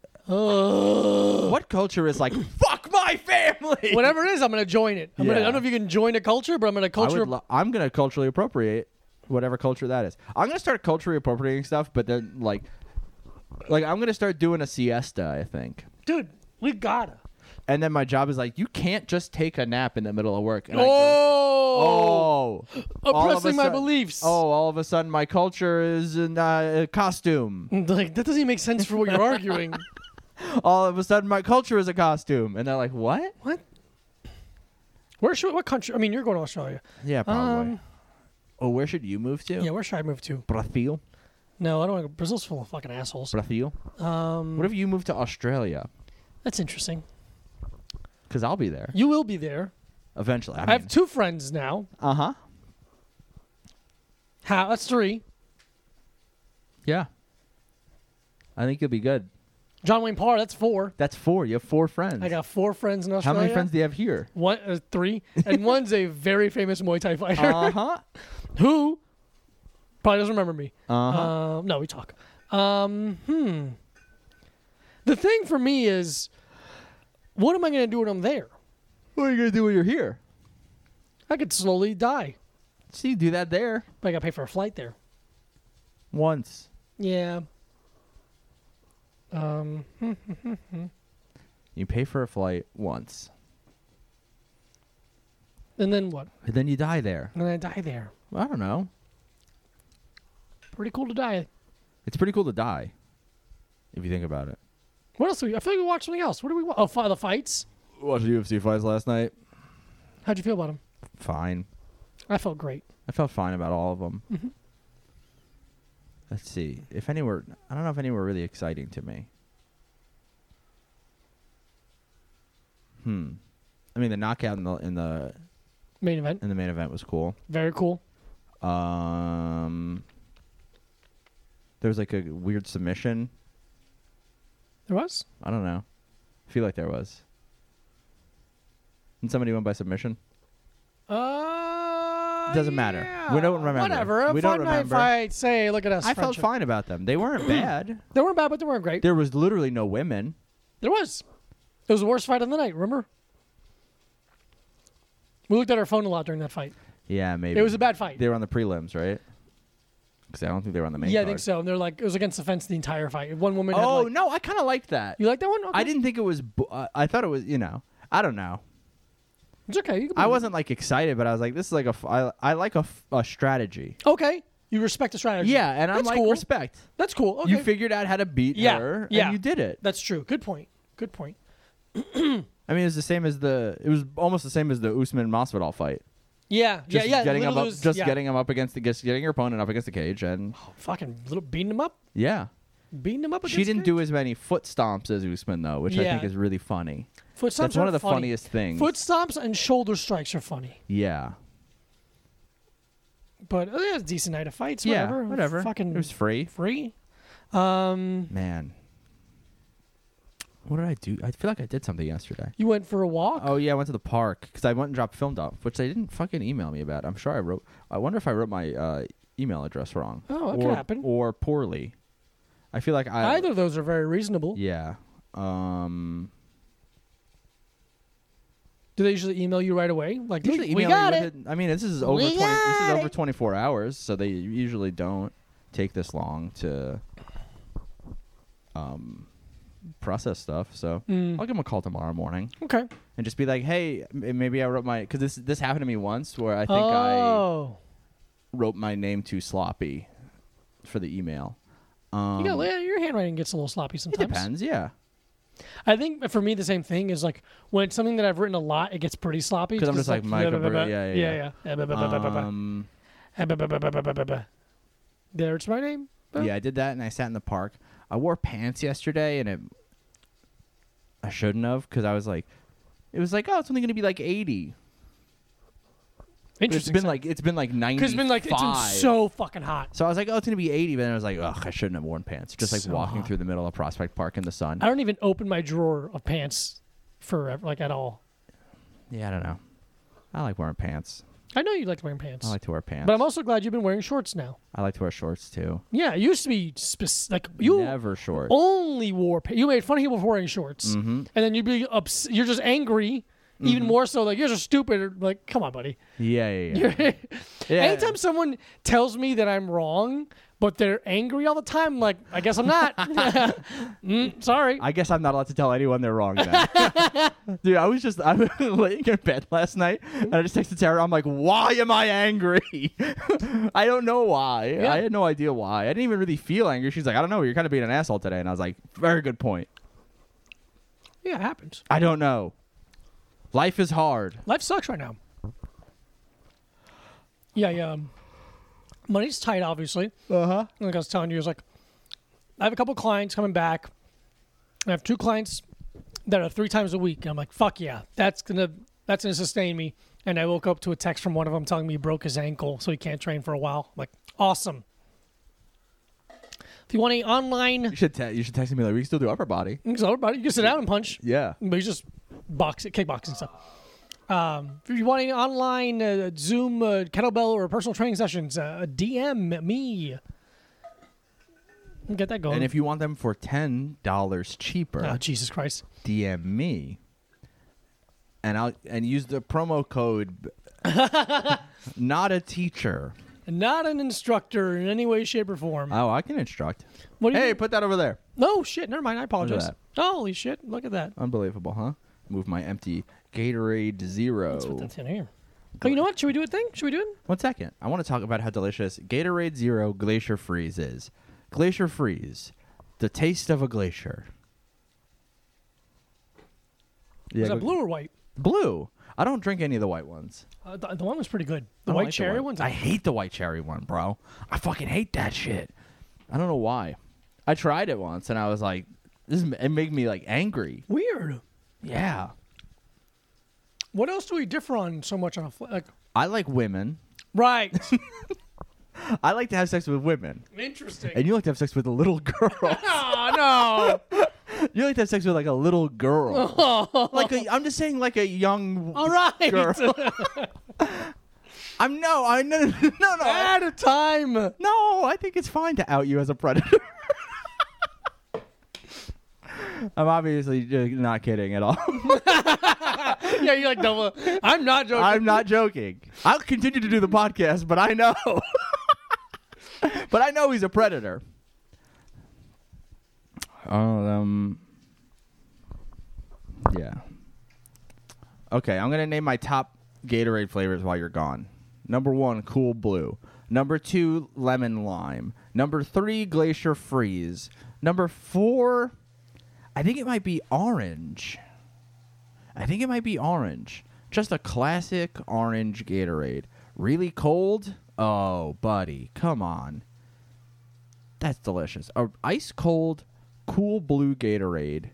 S3: Ugh.
S4: what culture is like fuck my family
S3: Whatever it is, I'm gonna join it. I'm gonna, I
S4: Yeah.
S3: don't know if you can join a culture, but I'm gonna
S4: I
S3: culture.
S4: would lo- I'm gonna culturally appropriate whatever culture that is. I'm gonna start culturally appropriating stuff, but then like, like I'm gonna start doing a siesta, I think.
S3: Dude, we gotta.
S4: And then my job is like, you can't just take a nap in the middle of work. And I go,
S3: Oh.
S4: oh, all of a
S3: Oppressing my
S4: sudden-
S3: beliefs.
S4: Oh, all of a sudden my culture is in uh,
S3: [laughs]
S4: costume.
S3: [laughs] Like that doesn't even make sense for what you're
S4: [laughs]
S3: arguing.
S4: all of a sudden my culture is a costume, and they're like, what?
S3: What? Where should what country? I mean, you're going to Australia.
S4: Yeah, probably. oh, where should you move to?
S3: Yeah, where should I move to?
S4: Brazil,
S3: No, I don't. want to go Brazil's full of fucking assholes.
S4: Brazil. Um, what if you move to Australia?
S3: That's interesting.
S4: Because I'll be there
S3: You will be there.
S4: eventually.
S3: I have two friends now.
S4: Uh huh.
S3: How? That's three.
S4: Yeah. I think you'll be good.
S3: John Wayne Parr. That's four.
S4: That's four. You have four friends.
S3: I got four friends in
S4: How
S3: Australia.
S4: many friends do you have here?
S3: One, uh, three, and one's a very famous Muay Thai fighter
S4: Uh huh.
S3: who probably doesn't remember me.
S4: Uh huh.
S3: Um, no, we talk. Um, hmm. The thing for me is, what am I going to do when I'm there?
S4: [laughs] What are you gonna do when you're here?
S3: I could slowly die,
S4: See, do that there
S3: but I got to pay for a flight there.
S4: once.
S3: Yeah.
S4: You pay for a flight once,
S3: And then what?
S4: and then you die there.
S3: And then I die there.
S4: I don't know.
S3: Pretty cool to die.
S4: It's pretty cool to die, if you think about it.
S3: What else do we? I feel like we watched something else. What do we watch? Oh, fi- the fights.
S4: Watched UFC fights last night.
S3: How'd you feel about them?
S4: Fine.
S3: I felt great.
S4: I felt fine about all of them. Let's see. If any were, I don't know if any were really exciting to me. Hmm. I mean, the knockout in the in the
S3: Main event,
S4: in the main event was cool.
S3: very cool.
S4: Um. There was like a weird submission.
S3: There was.
S4: I don't know. I feel like there was. And somebody won by submission.
S3: Uh,
S4: Doesn't matter.
S3: yeah.
S4: We don't remember.
S3: Whatever.
S4: We
S3: Fun
S4: don't
S3: night
S4: remember.
S3: fights. Hey, look at us.
S4: I felt
S3: friendship.
S4: fine about them. They [clears throat] weren't bad.
S3: They weren't bad, but they weren't great.
S4: There was literally no women.
S3: There was. It was the worst fight of the night. Remember? We looked at our phone a lot during that fight.
S4: Yeah, maybe
S3: It was a bad fight.
S4: They were on the prelims, right? Because I don't think they were on the main.
S3: yeah, I
S4: card.
S3: think so. And they're like, it was against the fence the entire fight. One woman. had
S4: Oh
S3: like,
S4: no, I kind of liked that.
S3: you like that one? Okay.
S4: I didn't think it was. Bu- uh, I thought it was. You know, I don't know.
S3: It's okay. You can
S4: I wasn't like excited, but I was like, "This is like a. F- I, I like a, f- a strategy."
S3: Okay. You respect the strategy.
S4: Yeah, and I'm
S3: That's
S4: like
S3: cool.
S4: respect.
S3: That's cool. Okay.
S4: You figured out how to beat
S3: Yeah,
S4: her,
S3: yeah.
S4: and you did it.
S3: That's true. Good point. Good point.
S4: I mean, it was the same as the. It was almost the same as the Usman Masvidal fight.
S3: Yeah.
S4: Just
S3: yeah. Yeah.
S4: Getting him
S3: literally
S4: up,
S3: was-
S4: just
S3: yeah. Oh,
S4: getting him up against the, just getting your opponent up against the cage, and
S3: fucking little beating him up.
S4: yeah,
S3: beating him up.
S4: She didn't do as many foot stomps as Usman though, which I
S3: Yeah.
S4: think is really funny.
S3: Foot stomps
S4: That's one
S3: are
S4: of the
S3: funny.
S4: funniest things.
S3: Foot stomps and shoulder strikes are funny,
S4: yeah.
S3: but uh, yeah, it's a decent night of fights.
S4: Yeah.
S3: Whatever.
S4: Whatever.
S3: Fucking
S4: it was free.
S3: free. Um,
S4: Man. What did I do? I feel like I did something yesterday.
S3: you went for a walk.
S4: Oh yeah, I went to the park because I went and dropped filmed off, which they didn't fucking email me about. I'm sure I wrote. I wonder if I wrote my uh, email address wrong.
S3: Oh, that
S4: or,
S3: could happen.
S4: Or poorly. I feel like I
S3: Either of those are very reasonable.
S4: Yeah. Um.
S3: Do they usually email you right away? Like
S4: Usually
S3: we
S4: email me
S3: got it.
S4: within- I mean, this is over.
S5: We
S4: 20, this is
S5: got
S4: over
S5: it.
S4: 24 hours, so they usually don't take this long to um process stuff. So
S3: Mm.
S4: I'll give them a call tomorrow morning
S3: Okay.
S4: and just be like, "Hey, m- maybe I wrote my because this this happened to me once where I think I."
S3: oh,
S4: wrote my name too sloppy for the email. Um,
S3: you got, yeah, your handwriting gets a little sloppy
S4: it
S3: sometimes.
S4: depends, yeah.
S3: I think for me the same thing is like when it's something that I've written a lot, it gets pretty sloppy.
S4: 'Cause I'm just
S3: it's
S4: like, Mike,
S3: blah, blah, blah,
S4: yeah, yeah, yeah.
S3: yeah, blah, blah, blah, blah, blah, blah.
S4: Um,
S3: Ah, blah, blah, blah, blah, blah, blah, blah. There's my name. Blah.
S4: yeah, I did that, and I sat in the park. I wore pants yesterday, and it I shouldn't have because I was like, it was like, oh, it's only gonna be like 80. But It's
S3: Interesting.
S4: been like it's been like 95.
S3: because it's been like it's been so fucking hot.
S4: So I was like, oh, it's gonna be 80, but then I was like, ugh, I shouldn't have worn pants. Just like
S3: So
S4: walking
S3: hot.
S4: through the middle of Prospect Park in the sun.
S3: I don't even open my drawer of pants forever, like at all.
S4: yeah, I don't know. I like wearing pants.
S3: I know you like wearing pants,
S4: I like to wear pants.
S3: but I'm also glad you've been wearing shorts now.
S4: I like to wear shorts too.
S3: Yeah, it used to be spec- like you
S4: Never shorts.
S3: only wore pa- you made fun of people for wearing shorts,
S4: Mm-hmm.
S3: and then you'd be ups- you're just angry, even more so. Like you're just stupid. or, Like come on, buddy. [laughs]
S4: Yeah, yeah, yeah. yeah.
S3: Anytime someone tells me that I'm wrong, but they're angry all the time, I'm like I guess I'm
S4: [laughs]
S3: not. [laughs] Mm, sorry.
S4: I guess I'm not allowed to tell anyone they're wrong. Then.
S3: [laughs]
S4: Dude, I was just I was [laughs] laying in bed last night, and I just texted Tara. I'm like, "Why am I angry? [laughs] I don't know why. I had no idea why. I didn't even really feel angry." She's like, "I don't know. You're kind of being an asshole today." And I was like, "Very good point.
S3: yeah, it happens.
S4: I don't know. Life is hard.
S3: Life sucks right now. Yeah, yeah. um, Money's tight, obviously.
S4: Uh huh.
S3: like I was telling you, is like I have a couple clients coming back. I have two clients that are three times a week, and I'm like, fuck yeah, that's gonna that's gonna sustain me. And I woke up to a text from one of them telling me he broke his ankle, so he can't train for a while. I'm like, awesome. If you want any online,
S4: You should te- you should text me like we can still do upper body.
S3: so everybody, you can sit down and punch.
S4: Yeah.
S3: But he's just boxing, kickboxing stuff. Um, if you want any online uh, Zoom, uh, kettlebell, or personal training sessions, uh, DM me. Get that going.
S4: And if you want them for ten dollars cheaper,
S3: oh, Jesus Christ.
S4: DM me, and I'll and use the
S3: [laughs]
S4: promo code. not a teacher.
S3: Not an instructor in any way, shape, or form.
S4: Oh, I can instruct.
S3: what do you
S4: Hey,
S3: mean?
S4: put that over there.
S3: No, shit. Never mind. I apologize.
S4: that.
S3: Holy shit. Look at that.
S4: Unbelievable, huh? Move my empty Gatorade
S3: That's what
S4: Zero.
S3: that's in here. Oh, you know what? Should we do a thing? Should we do it?
S4: One second. I want to talk about how delicious Gatorade Zero Glacier Freeze is. Glacier Freeze, the taste of a glacier. Yeah,
S3: Is
S4: go-
S3: that blue or white?
S4: Blue. I don't drink any of the white ones.
S3: Uh, the, the one was pretty good.
S4: I
S3: The
S4: don't
S3: white
S4: like
S3: cherry one's
S4: I hate the white cherry one, bro. I fucking hate that shit. I don't know why. I tried it once and I was like, this is, it made me like angry.
S3: weird.
S4: Yeah.
S3: What else do we differ on so much on a fl- like?
S4: I like women. [laughs]
S3: Right.
S4: I like to have sex with women.
S3: Interesting.
S4: And you like to have sex with a little [laughs] girl.
S3: Oh no!
S4: you like to have sex with like a little girl.
S3: [laughs]
S4: like a, I'm just saying like a young
S3: All right, [laughs]
S4: girl. [laughs] I'm no, I no no no no.
S3: [laughs]
S4: I-
S3: at a time.
S4: No, I think it's fine to out you as a predator. [laughs] I'm obviously j- not kidding at all. [laughs]
S3: Yeah, you're like double. I'm not joking.
S4: I'm not joking. I'll continue to do the podcast, but I know. [laughs] but I know he's a predator. Oh, um. Yeah. Okay, I'm going to name my top Gatorade flavors while you're gone. Number one, Cool Blue. Number two, Lemon Lime. Number three, Glacier Freeze. Number four, I think it might be Orange. I think it might be orange. Just a classic orange Gatorade. Really cold? Oh, buddy, come on. That's delicious. A ice cold, cool blue Gatorade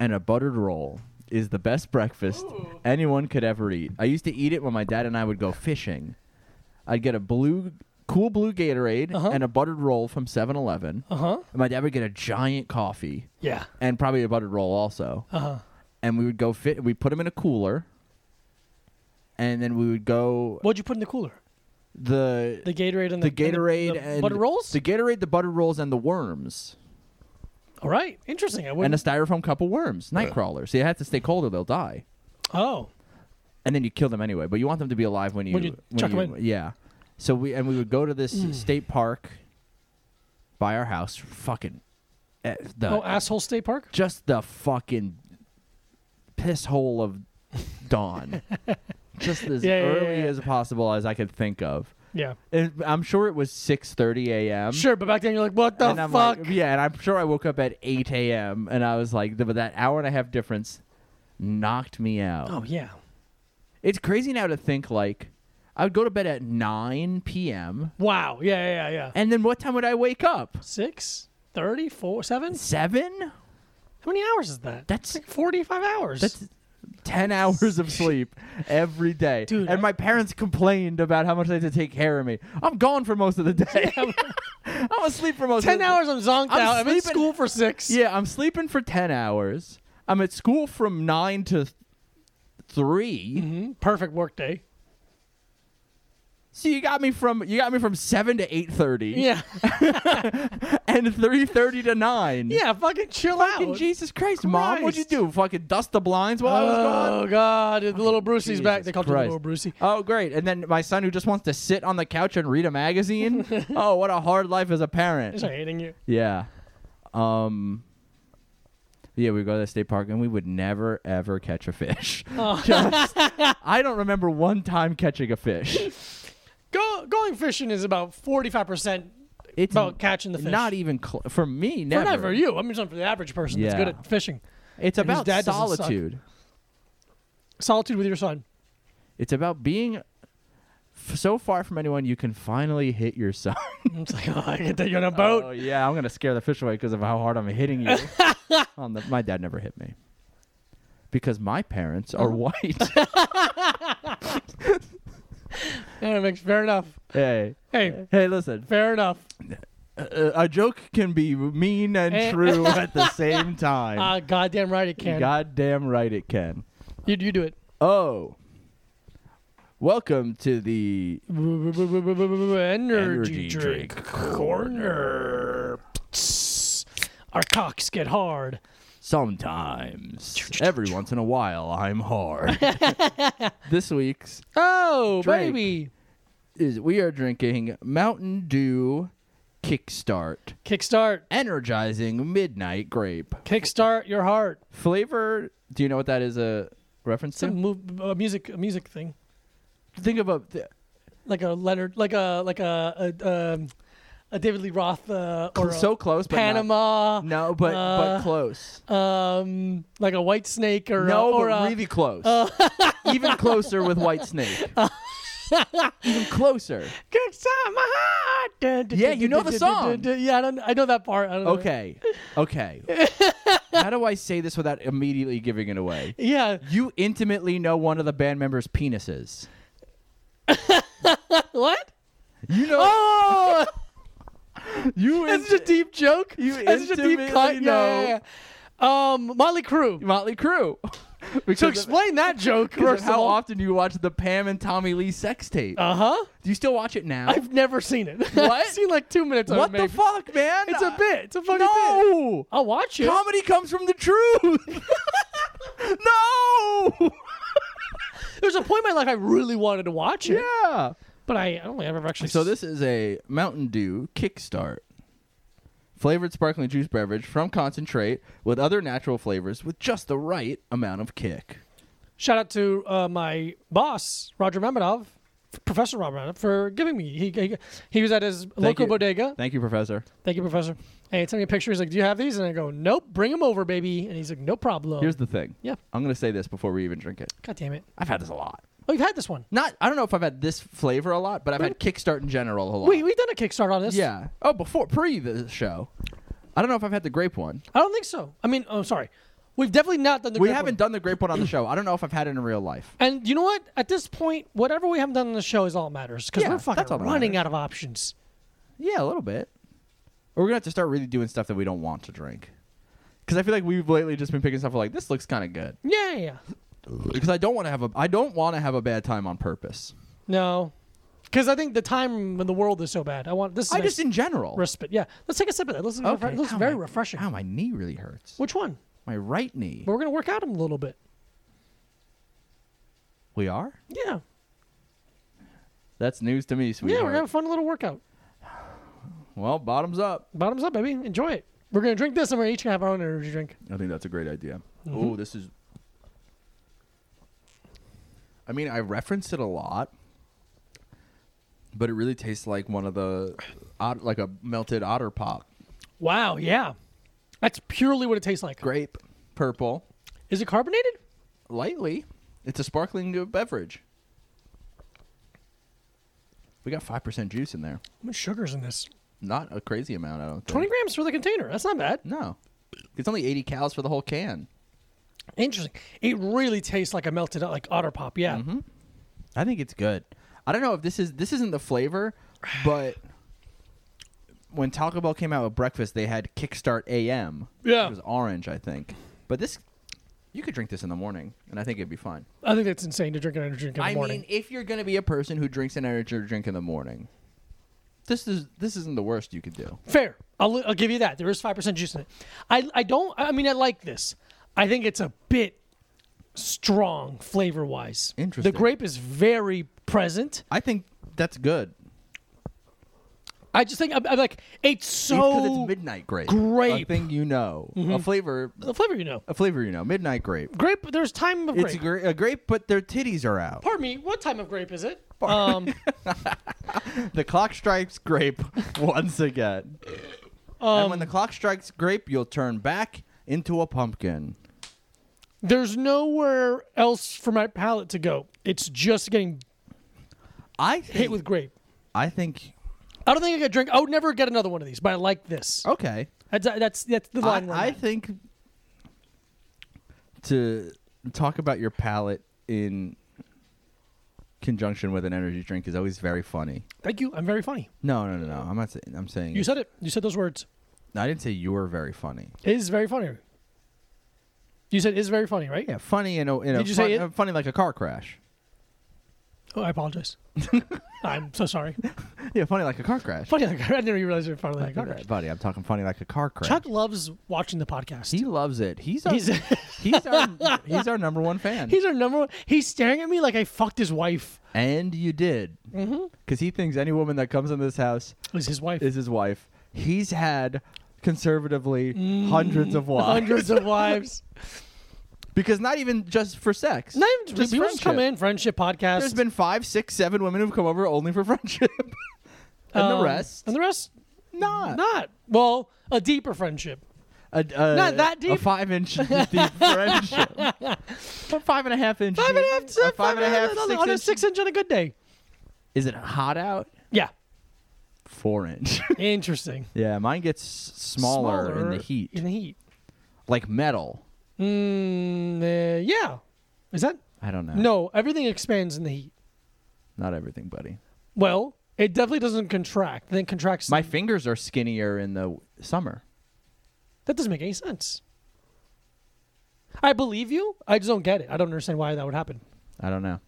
S4: and a buttered roll is the best breakfast anyone could ever eat. I used to eat it when my dad and I would go fishing. I'd get a blue, cool blue Gatorade
S3: Uh-huh.
S4: and a buttered roll from 7 Eleven.
S3: Uh huh.
S4: And my dad would get a giant coffee
S3: Yeah.
S4: and probably a buttered roll also.
S3: Uh huh.
S4: And we would go fit, we put them in a cooler. And then we would go
S3: What'd you put in the cooler?
S4: the
S3: The Gatorade and
S4: the
S3: the, and the-
S4: Gatorade
S3: the
S4: and
S3: butter rolls.
S4: The Gatorade, the butter rolls, and the worms,
S3: All right, interesting. I
S4: and
S3: wouldn't.
S4: a styrofoam cup of worms, night crawlers. So you have to stay cold or they'll die,
S3: oh,
S4: and then you kill them anyway. But you want them to be alive when you,
S3: When you chuck 'em in. Mm.
S4: Yeah. So we and we would go to this state park by our house. Fucking eh, the
S3: oh, asshole state park.
S4: just the fucking piss hole of
S3: [laughs]
S4: dawn, just as
S3: Yeah, yeah,
S4: early
S3: yeah, yeah.
S4: as possible as I could think of.
S3: Yeah,
S4: And I'm sure it was 6:30 a.m.
S3: sure. But back then you're like, what the
S4: and I'm
S3: fuck?
S4: Like, yeah, and I'm sure I woke up at 8 a.m. and I was like, th- but that hour and a half difference knocked me out.
S3: oh yeah,
S4: It's crazy now to think like I would go to bed at 9 p.m.
S3: wow, yeah, yeah, yeah, yeah.
S4: and then what time would I wake up?
S3: Six, thirty, four, seven.
S4: Seven?
S3: How many hours is that?
S4: That's-
S3: like forty-five hours.
S4: That's 10 [laughs] hours of sleep every day.
S3: Dude,
S4: and
S3: I-
S4: my parents complained about how much they had to take care of me. I'm gone for most of the day. [laughs] I'm asleep for most of
S3: ten
S4: the
S3: hours. I'm zonked
S4: I'm
S3: out. I'm in
S4: sleeping-
S3: school for six.
S4: Yeah, I'm sleeping for 10 hours. I'm at school from 9 to th- 3.
S3: Mhm. Perfect work day.
S4: So you got me from you got me from 7 to 8:30
S3: Yeah,
S4: and 3:30 to 9.
S3: yeah. Fucking chill
S4: Fucking
S3: out.
S4: Jesus Christ, mom, what'd you
S3: Christ.
S4: do? Fucking dust the blinds while I was gone?
S3: Oh God, the little Brucey's back.
S4: Jesus
S3: They called him the
S4: Christ.
S3: little Brucey.
S4: Oh great! And then my son, who just wants to sit on the couch and read
S3: [laughs]
S4: a magazine. oh, what a hard life as a parent.
S3: He's not hating you.
S4: Yeah. Um Yeah, we go to the state park and we would never ever catch
S3: [laughs]
S4: a fish.
S3: Oh.
S4: [laughs] Just- I don't remember one time catching a fish.
S3: Go going fishing is about forty-five percent
S4: It's
S3: about catching the fish.
S4: Mm. not even cl- for me never.
S3: Whatever you. I'm just for the average person that's
S4: Yeah.
S3: good at fishing.
S4: It's
S3: And his
S4: about
S3: dad doesn't suck.
S4: solitude.
S3: Solitude with your son. [laughs]
S4: It's about being f- so far from anyone you can finally hit your son.
S3: It's like, oh, I get that you're on a boat.
S4: Oh yeah, I'm gonna scare the fish away because of how hard I'm
S3: [laughs]
S4: hitting you. On the- my dad never hit me because my parents
S3: Oh. [laughs]
S4: are white.
S3: yeah, it makes fair enough.
S4: hey,
S3: Hey,
S4: hey, listen.
S3: fair enough.
S4: Uh, a joke can be mean
S3: Eh.
S4: and
S3: [laughs]
S4: true at the same time.
S3: Uh, goddamn right it can.
S4: Goddamn right it can.
S3: you, you do it.
S4: Oh, welcome to the
S3: Energy
S4: Energy
S3: drink
S4: drink
S3: corner. Our cocks get hard.
S4: Sometimes. Every once in a while,
S3: [laughs]
S4: I'm hard. this week's
S3: Oh,
S4: Drake.
S3: baby.
S4: is we are drinking Mountain Dew Kickstart
S3: Kickstart.
S4: Energizing Midnight Grape.
S3: Kickstart your heart.
S4: Flavor, do you know what that is a reference
S3: It's a,
S4: to?
S3: move, a uh, music a music thing.
S4: Think of a th-
S3: Like a Leonard like a like a a, um, a David Lee Roth uh, or a
S4: so close but not-
S3: Panama.
S4: No, but
S3: Uh,
S4: but close.
S3: um, like a white snake or
S4: no,
S3: a, or
S4: but
S3: a,
S4: really close.
S3: Oh. [laughs]
S4: Even closer with White Snake. Even closer.
S3: Kickstart my heart. Dun, dun,
S4: Yeah,
S3: dun,
S4: you
S3: dun,
S4: know
S3: dun,
S4: the
S3: dun, dun,
S4: song.
S3: dun. Yeah, I don't. I know that part. I don't know.
S4: Okay. Okay. How do I say this without immediately giving it away?
S3: Yeah.
S4: You intimately know one of the band members' penises.
S3: What?
S4: You know.
S3: Oh,
S4: [laughs] you
S3: that's such a deep joke.
S4: You
S3: that's such a deep
S4: intimately
S3: cut. Yeah,
S4: know.
S3: yeah, yeah. Um, Motley Crue.
S4: Motley Crue. [laughs]
S3: So
S4: because of,
S3: explain that joke
S4: because of
S3: first
S4: how often you watch the Pam and Tommy Lee sex tape.
S3: Uh huh.
S4: Do you still watch it now?
S3: I've never seen it. [laughs] I've
S4: Oh. What?
S3: seen like two minutes. of it,
S4: what the
S3: maybe.
S4: fuck, man?
S3: It's a bit. It's a fucking bit.
S4: No.
S3: I'll watch it.
S4: Comedy comes from the truth. [laughs] no.
S3: There's a point in my life I really wanted to watch it,
S4: [laughs] Yeah.
S3: but I, I don't think I've ever actually.
S4: So
S3: s-
S4: this is a Mountain Dew kickstart. Flavored sparkling juice beverage from concentrate with other natural flavors with just the right amount of kick.
S3: shout out to uh, my boss Roger Mamadov, Professor Mamadov, for giving me. He he, he was at his local
S4: you.
S3: bodega.
S4: Thank you, Professor.
S3: Thank you, Professor. And he sent me a picture. He's like, "Do you have these?" And I go, "Nope, bring them over, baby." And he's like, "No problem."
S4: Here's the thing.
S3: Yeah.
S4: I'm going to say this before we even drink it.
S3: God damn it.
S4: I've had this a lot.
S3: Oh, you've had this one.
S4: Not I don't know if I've had this flavor a lot, but I've had Kickstart in general a lot.
S3: We we've done a Kickstarter on this.
S4: yeah. Oh, before pre the show. I don't know if I've had the grape one.
S3: I don't think so. I mean, oh, sorry. We've definitely not done the.
S4: we
S3: grape
S4: haven't
S3: one.
S4: done the
S3: [clears throat]
S4: grape one on the show. I don't know if I've had it in real life.
S3: And you know what? At this point, whatever we haven't done on the show is all that matters because
S4: Yeah,
S3: we're fucking
S4: that's all that
S3: running
S4: matters.
S3: out of options.
S4: Yeah, a little bit. Or we're gonna have to start really doing stuff that we don't want to drink. Because I feel like we've lately just been picking stuff like this looks kind of good.
S3: Yeah, yeah. yeah.
S4: Because I don't want to have a I don't want to have a bad time on purpose.
S3: No, because I think the time in the world is so bad. I want this. Is
S4: I
S3: nice
S4: just in general.
S3: respite. Yeah, let's take a sip of that. Let's
S4: Okay.
S3: looks
S4: Ow,
S3: very
S4: my-
S3: refreshing.
S4: Ow, my knee really hurts.
S3: Which one?
S4: My right knee.
S3: But we're gonna work out him a little bit.
S4: We are.
S3: Yeah,
S4: That's news to me,
S3: yeah.
S4: sweetheart.
S3: We're gonna have a fun little workout.
S4: Well, bottoms up.
S3: Bottoms up, baby. Enjoy it. We're gonna drink this, and we're each gonna have our own energy drink.
S4: I think that's a great idea. Oh, this is. I mean, I reference it a lot, but it really tastes like one of the, ot- like a melted otter pop.
S3: Wow. Yeah, that's purely what it tastes like.
S4: Grape, purple,
S3: Is it carbonated?
S4: lightly. It's a sparkling new beverage. We got five percent juice in there.
S3: How much sugar's in this?
S4: Not a crazy amount, I don't think.
S3: Twenty grams for the container. That's not bad.
S4: No, it's only eighty calories for the whole can.
S3: Interesting. It really tastes like a melted like otter pop. Yeah.
S4: I think it's good. I don't know if this is this isn't the flavor, but when Taco Bell came out with breakfast, they had Kickstart AM.
S3: Yeah.
S4: it was orange, I think. But this, you could drink this in the morning, and I think it'd be fine.
S3: I think that's insane to drink an energy drink in the
S4: I
S3: morning.
S4: mean, if you're gonna be a person who drinks an energy drink in the morning, this is this isn't the worst you could do.
S3: Fair. I'll, I'll give you that. There is five percent juice in it. I I don't. I mean, I like this. I think it's a bit strong flavor wise.
S4: Interesting.
S3: The grape is very present.
S4: I think that's good.
S3: I just think I'm, I'm like it's
S4: because
S3: so
S4: it's midnight grape. Mm-hmm. A
S3: grape.
S4: thing you know, a flavor,
S3: the flavor you know.
S4: a flavor you know, midnight grape.
S3: Grape. There's time of grape.
S4: It's a, gra- a grape, but their titties are out.
S3: Pardon me. What time of grape is it?
S4: [laughs]
S3: Um,
S4: The clock
S3: [laughs]
S4: strikes grape once again. and
S3: Um,
S4: when the clock strikes grape, you'll turn back into a pumpkin.
S3: there's nowhere else for my palate to go. It's just getting
S4: I
S3: hit
S4: think,
S3: with grape.
S4: I think
S3: I don't think I could drink. I would never get another one of these, but I like this.
S4: okay.
S3: That's that's that's the
S4: Oh. I,
S3: line. we're
S4: I
S3: at.
S4: think to talk about your palate in conjunction with an energy drink is always very funny.
S3: Thank you. I'm very funny.
S4: No, no, no, no. I'm not saying. I'm saying.
S3: You said it. You said those words.
S4: I didn't say you were very funny.
S3: Is very funny. You said is very funny, right?
S4: Yeah, funny in a, in a
S3: Did you
S4: fun-
S3: say it?
S4: uh, funny like a car crash.
S3: Oh, I
S4: [laughs]
S3: apologize. I'm so sorry.
S4: Yeah, funny like a car crash.
S3: Funny, like, [laughs] I didn't even realize you were funny. Like, okay.
S4: buddy, I'm talking funny like a car crash.
S3: Chuck loves watching the podcast.
S4: He loves it. He's our, he's,
S3: [laughs] He's-
S4: our he's our number one fan.
S3: he's our number one. He's staring at me like I fucked his wife.
S4: and you did, because
S3: Mm-hmm.
S4: he thinks any woman that comes in this house
S3: Is his wife? [laughs]
S4: is his wife. He's had conservatively hundreds of wives,
S3: Mm-hmm.
S4: [laughs]
S3: Hundreds of wives.
S4: because not even just for sex.
S3: Not even
S4: just
S3: people just come
S4: friendship.
S3: in friendship podcast.
S4: There's been five, six, seven women who've come over only for [laughs] friendship, and the
S3: um,
S4: rest
S3: and the rest
S4: not.
S3: not. Well, a deeper friendship.
S4: a, a,
S3: Not that
S4: A
S3: deep.
S4: five
S3: [laughs]
S4: inch deep friendship. a five and a half inch.
S3: Five and a half.
S4: A five and a half.
S3: on,
S4: six
S3: on a
S4: inch-
S3: six inch on a good day.
S4: Is it hot out?
S3: Yeah.
S4: Four inch.
S3: Interesting.
S4: Yeah, mine gets s- smaller, in the heat,
S3: In the heat.
S4: like metal.
S3: Mm, uh, yeah. Is that?
S4: I don't know.
S3: No, everything expands in the heat.
S4: not everything, buddy.
S3: Well, it definitely doesn't contract. Then contracts.
S4: My fingers are skinnier in the w- summer.
S3: that doesn't make any sense. I believe you. I just don't get it. I don't understand why that would happen.
S4: I don't know.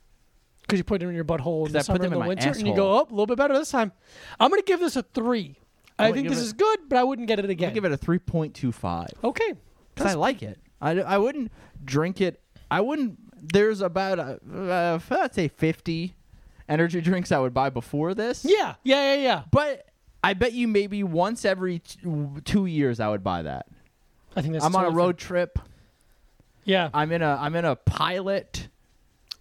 S3: Because you put them in your butthole in
S4: 'Cause
S3: the
S4: I put
S3: summer
S4: them
S3: and
S4: in
S3: the
S4: my
S3: winter, and you go, oh, a little bit better this time. I'm going to give this a three.
S4: I
S3: I
S4: would
S3: think
S4: give
S3: this
S4: it-
S3: is good, but I wouldn't get it
S4: I
S3: again.
S4: give it a three point two five
S3: okay.
S4: because I like it. I, d- I wouldn't drink it. I wouldn't. There's about a, uh, f- I'd say fifty energy drinks I would buy before this.
S3: Yeah, yeah, yeah, yeah.
S4: but I bet you maybe once every t- w- two years I would buy that.
S3: I think that's.
S4: I'm on a
S3: totally
S4: road trip.
S3: fair. Yeah,
S4: I'm in a I'm in a pilot.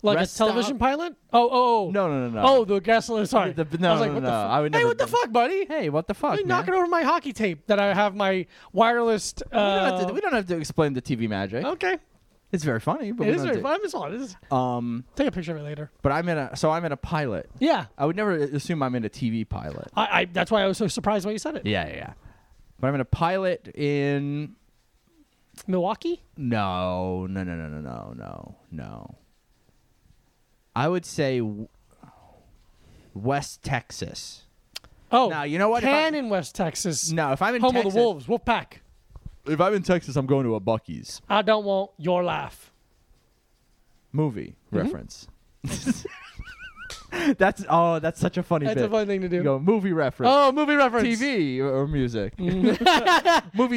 S3: like a
S4: rest stop.
S3: television pilot. Oh, oh, oh.
S4: No, no, no, no.
S3: Oh, the gasoline. Sorry.
S4: The- no,
S3: I was like,
S4: no,
S3: what
S4: no,
S3: the fuck?
S4: I would
S3: hey,
S4: never
S3: what the
S4: do-
S3: fuck, buddy?
S4: Hey, what the fuck?
S3: You're
S4: man?
S3: knocking over my hockey tape that I have my wireless. Uh,
S4: We don't, have to, we don't have to explain the TV magic.
S3: okay.
S4: oh, It's very funny, but
S3: It
S4: we
S3: is
S4: don't
S3: very
S4: do-
S3: fun. I'm just on. It's,
S4: Um,
S3: take a picture of it later.
S4: but I'm in a so I'm in a pilot.
S3: Yeah.
S4: I would never assume I'm in a TV pilot.
S3: I, I that's why I was so surprised when you said it.
S4: Yeah, yeah, yeah. But I'm in a pilot in
S3: Milwaukee?
S4: no, no, no, no, no, no, no, no. I would say w- West Texas.
S3: Oh.
S4: Now, you know what? If I-
S3: Can in West Texas.
S4: No, if I'm in
S3: Home
S4: Texas,
S3: of the Wolves, Wolfpack.
S4: If I'm in Texas, I'm going to a Bucky's
S3: I don't want your laugh.
S4: movie
S3: Mm-hmm.
S4: reference. [laughs] that's oh, that's such a funny
S3: That's
S4: bit.
S3: a fun thing to do.
S4: You go movie reference.
S3: Oh, movie reference.
S4: TV or music. [laughs] movie,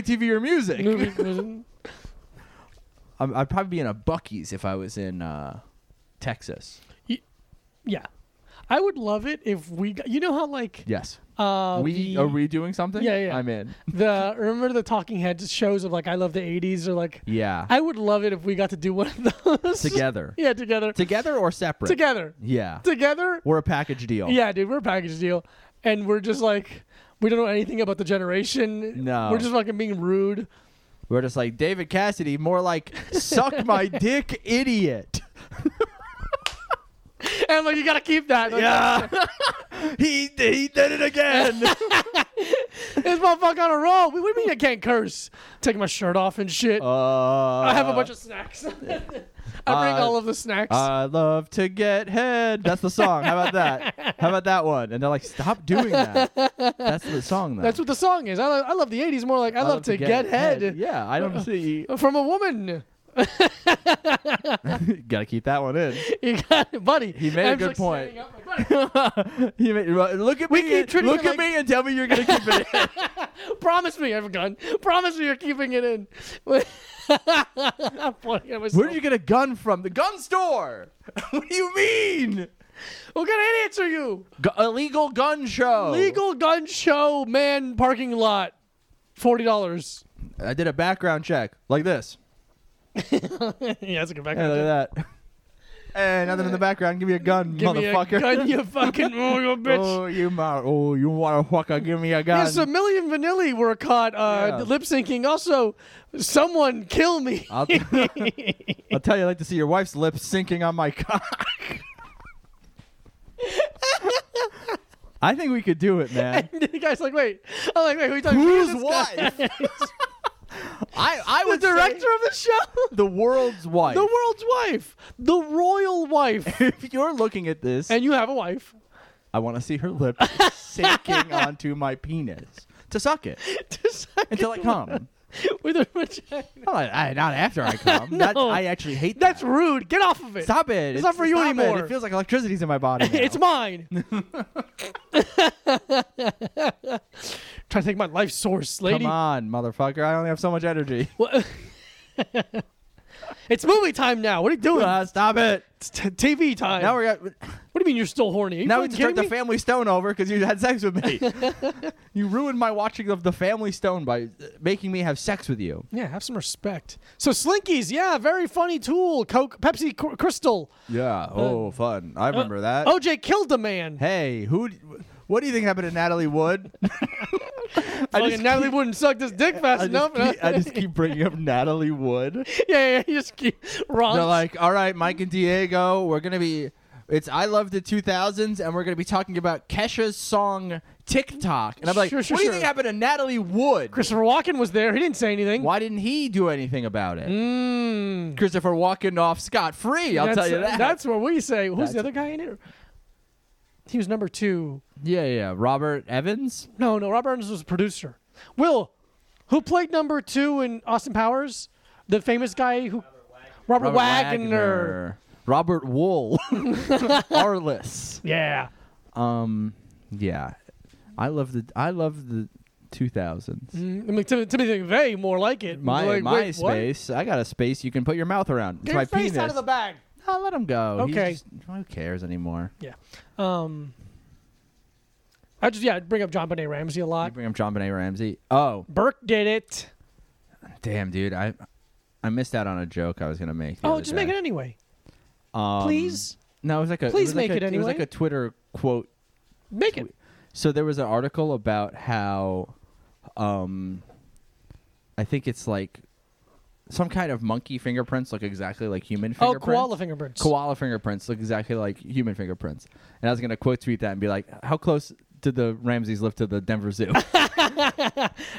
S4: TV, or music.
S3: Mm. Movie.
S4: I'm, I'd probably be in a Bucky's if I was in uh, Texas.
S3: yeah. I would love it if we got, you know how like
S4: Yes.
S3: uh
S4: we
S3: the-
S4: are we doing something?
S3: Yeah, yeah. [laughs]
S4: I'm in.
S3: the remember the talking heads shows of like I love the 80s or like
S4: Yeah.
S3: I would love it if we got to do one of [laughs] those
S4: Together.
S3: yeah, together.
S4: Together or separate?
S3: Together.
S4: Yeah.
S3: Together.
S4: We're a package deal.
S3: Yeah, dude, we're a package deal, and we're just like we don't know anything about the generation.
S4: No.
S3: we're just fucking being rude.
S4: We're just like David Cassidy, more like
S3: [laughs]
S4: suck my dick, idiot.
S3: And I'm like, you gotta keep that. Like,
S4: Yeah. [laughs] he he did
S3: [laughs]
S4: it again.
S3: This motherfucker on a roll. What do you mean I can't curse? Taking my shirt off and shit.
S4: Uh,
S3: I have a bunch of snacks. [laughs] I bring all of the snacks.
S4: I love to get head. That's the song. How about that? How about that one? And they're like, stop doing that. That's the song, though.
S3: That's what the song is. I, lo- I love the '80s more. Like I,
S4: I
S3: love, to, get, head,
S4: Yeah, I [laughs] don't see.
S3: from a woman. [laughs]
S4: Gotta keep that one in. [laughs]
S3: You got it, buddy. He
S4: made a good point. You may- look at
S3: We
S4: me.
S3: keep
S4: and-
S3: treating
S4: look
S3: it
S4: at
S3: like-
S4: me and tell me you're gonna keep it. in.
S3: Promise me, I have a gun. Promise me you're keeping it in. [laughs] I'm pointing at myself.
S4: [laughs] [laughs] Where did you get a gun from? The gun store. [laughs] what do you mean?
S3: What kind of idiots are you?
S4: Gu- illegal gun show.
S3: Legal gun show man parking lot. Forty dollars.
S4: I did a background check like this.
S3: [laughs] yeah, that's a good
S4: Hey,
S3: background.
S4: look
S3: check.
S4: at [laughs] that. Hey, nothing in the background. Give me a gun,
S3: Give me a
S4: motherfucker.
S3: gun, you [laughs] fucking oh, you bitch.
S4: Oh, you ma- Oh, you motherfucker. Give me a gun.
S3: Yes, a million vanilli were caught uh,
S4: Yeah.
S3: lip syncing. Also, someone kill me. [laughs]
S4: I'll, [laughs] I'll tell you, I like to see your wife's lips sinking on my cock. [laughs] I think we could do it,
S3: [laughs]
S4: man.
S3: the guy's like, wait. I'm like, wait, who are you talking
S4: Whose
S3: about? This guy?
S4: wife? [laughs] I, I
S3: The
S4: would
S3: director
S4: say
S3: of the show.
S4: the world's wife.
S3: The world's wife. The royal wife.
S4: [laughs] if you're looking at this,
S3: and you have a wife. [laughs]
S4: I want to see her lips sinking onto my penis to suck it
S3: Just like [laughs]
S4: until I come.
S3: with her vagina.
S4: Oh, I, I- not after I
S3: [laughs]
S4: come. That- I actually hate that.
S3: That's rude. Get off of it.
S4: Stop it.
S3: not for you
S4: stop it.
S3: anymore.
S4: It. feels like electricity's in my
S3: [laughs]
S4: body. now.
S3: It's
S4: [laughs]
S3: mine. Trying to take my life source, lady.
S4: Come on, motherfucker. I only have so
S3: [laughs]
S4: much energy. [laughs]
S3: What- it's movie time now. What are you doing?
S4: Uh, stop it.
S3: it's t- TV time.
S4: Now we're got,
S3: what do you mean you're still horny? Are you
S4: now we
S3: fucking
S4: have to start the
S3: kidding me?
S4: Family Stone over because you had sex with
S3: [laughs]
S4: me. [laughs] you ruined my watching of the Family Stone by uh, making me have sex with you.
S3: Yeah, have some respect. So Slinkies, yeah, very funny tool. Coke, Pepsi, Cr- Crystal.
S4: Yeah.
S3: Uh,
S4: Oh, fun. I remember that.
S3: OJ killed a man.
S4: Hey, who? d- What do you think happened to Natalie Wood?
S3: [laughs]
S4: I
S3: Fucking Natalie
S4: keep-
S3: wouldn't suck this dick fast
S4: I
S3: enough.
S4: just, keep, I just keep bringing up Natalie Wood.
S3: [laughs] yeah, yeah, you just keep wrong.
S4: They're like, all right, Mike and Diego, we're gonna be. It's I love the 2000s, and we're gonna be talking about Kesha's song TikTok. And I'm like,
S3: Sure, sure,
S4: what do you
S3: sure.
S4: think happened to Natalie Wood?
S3: Christopher Walken was there. He didn't say anything.
S4: Why didn't he do anything about it?
S3: Mm,
S4: Christopher walking off scot free. I'll
S3: that's-
S4: tell you that.
S3: That's what we say. Who's
S4: That's-
S3: the other guy in it? He was number two.
S4: yeah, yeah. Robert Evans.
S3: No, no, Rob Burns was a producer. Will, who played number two in Austin Powers? The famous guy who. Robert,
S4: Robert
S3: Wagner. [laughs]
S4: Robert Wool. Arliss.
S3: Yeah.
S4: Um, yeah. I love the I love the 2000s.
S3: Mm, I mean, Tim- Timothy McVeigh, more like it.
S4: My
S3: like,
S4: my
S3: wait, what?
S4: space. I got a space you can put your mouth around. It's
S3: Get
S4: my
S3: your face
S4: penis.
S3: out of the bag.
S4: Oh, let him go. He's
S3: Okay.
S4: just- who cares anymore?
S3: Yeah. Um. I just yeah I'd bring up John Bonet Ramsey a
S4: You
S3: lot.
S4: bring up John Benet Ramsey. Oh,
S3: Burke did it.
S4: damn, dude. I I missed out on a joke I was gonna make. the
S3: Oh,
S4: other
S3: just make
S4: day.
S3: it anyway,
S4: Um,
S3: please.
S4: No, it was like a.
S3: Please
S4: it was like
S3: make it
S4: a, It was
S3: anyway.
S4: like a Twitter quote.
S3: Make it.
S4: So there was an article about how, um, I think it's like some kind of monkey fingerprints look exactly like human
S3: Oh,
S4: fingerprints.
S3: koala fingerprints.
S4: Koala fingerprints look exactly like human fingerprints. And I was gonna quote tweet that and be like, "How close did the Ramses live to the
S3: [laughs]
S4: Denver Zoo?"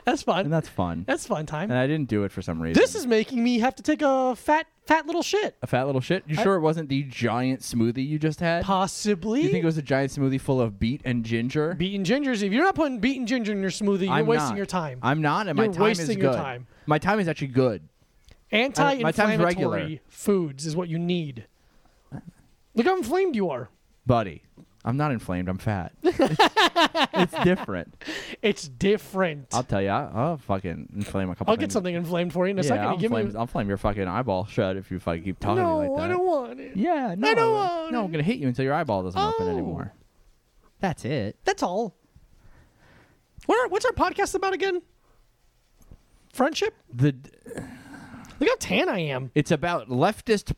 S3: That's fun.
S4: and that's fun.
S3: That's fun time.
S4: and I didn't do it for some reason.
S3: this is making me have to take a fat, fat little shit.
S4: a fat little shit. You sure it wasn't the giant smoothie you just had?
S3: Possibly.
S4: you think it was a giant smoothie full of beet and ginger?
S3: beaten gingers? If you're not putting beaten ginger in your smoothie, you're
S4: I'm
S3: wasting
S4: not.
S3: your time.
S4: I'm not, and my
S3: You're
S4: time is
S3: wasting
S4: good.
S3: your time.
S4: My time is actually good. my time's regular.
S3: Anti-inflammatory foods is what you need. Look how inflamed you are.
S4: buddy. I'm not inflamed.
S3: [laughs]
S4: I'm fat. It's, it's different.
S3: It's different.
S4: I'll tell you. I- I'll fucking inflame a couple.
S3: I'll get
S4: things.
S3: something inflamed for you in a
S4: Yeah,
S3: second.
S4: I'll
S3: Give me.
S4: flame, I'll flame your fucking eyeball shut if you fucking keep talking to
S3: no,
S4: me like that.
S3: I don't want it.
S4: yeah, no,
S3: don't want
S4: no, I'm gonna hit you until your eyeball doesn't open
S3: Oh.
S4: anymore. That's it.
S3: That's all. What are, what's our podcast about again? Friendship.
S4: The
S3: Look how tan I am.
S4: it's about leftist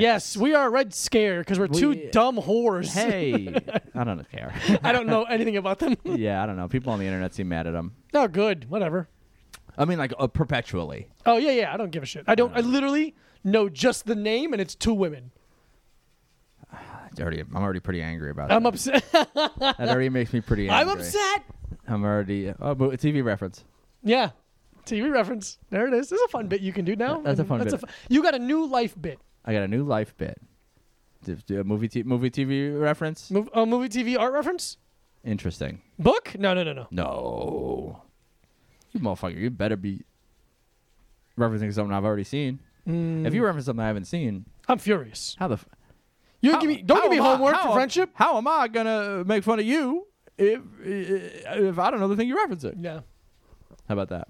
S3: [laughs] Yes, we are Red Scare because we're two
S4: We-
S3: dumb whores.
S4: Hey, I don't care.
S3: [laughs] I don't know anything about
S4: [laughs]
S3: them.
S4: yeah, I don't know. People on the internet seem mad at them.
S3: no, good. Whatever.
S4: I mean, like uh, perpetually.
S3: Oh yeah, yeah. I don't give a shit. I don't. I literally know just the name, and it's two women.
S4: It's already, I'm already pretty angry about
S3: I'm
S4: that.
S3: upset. [laughs]
S4: That already makes me pretty angry.
S3: I'm upset.
S4: I'm already. Oh, but TV reference.
S3: Yeah. TV reference. There it is. This is a fun bit you can do now.
S4: That's a fun bit.
S3: fu- you got a new life bit.
S4: I got a new life bit. Do- do a movie, t- movie, TV reference.
S3: Mov- uh, movie, TV, art reference?
S4: Interesting.
S3: Book? No, no, no, no.
S4: No, you motherfucker, you better be referencing something I've already seen.
S3: Mm.
S4: If you reference something I haven't seen,
S3: I'm furious.
S4: how the f-
S3: You
S4: how,
S3: give me don't
S4: how
S3: give me
S4: am I-
S3: homework
S4: how
S3: for
S4: am-
S3: friendship.
S4: How am I gonna make fun of you if if I don't know the thing you're referencing?
S3: Yeah.
S4: How about that?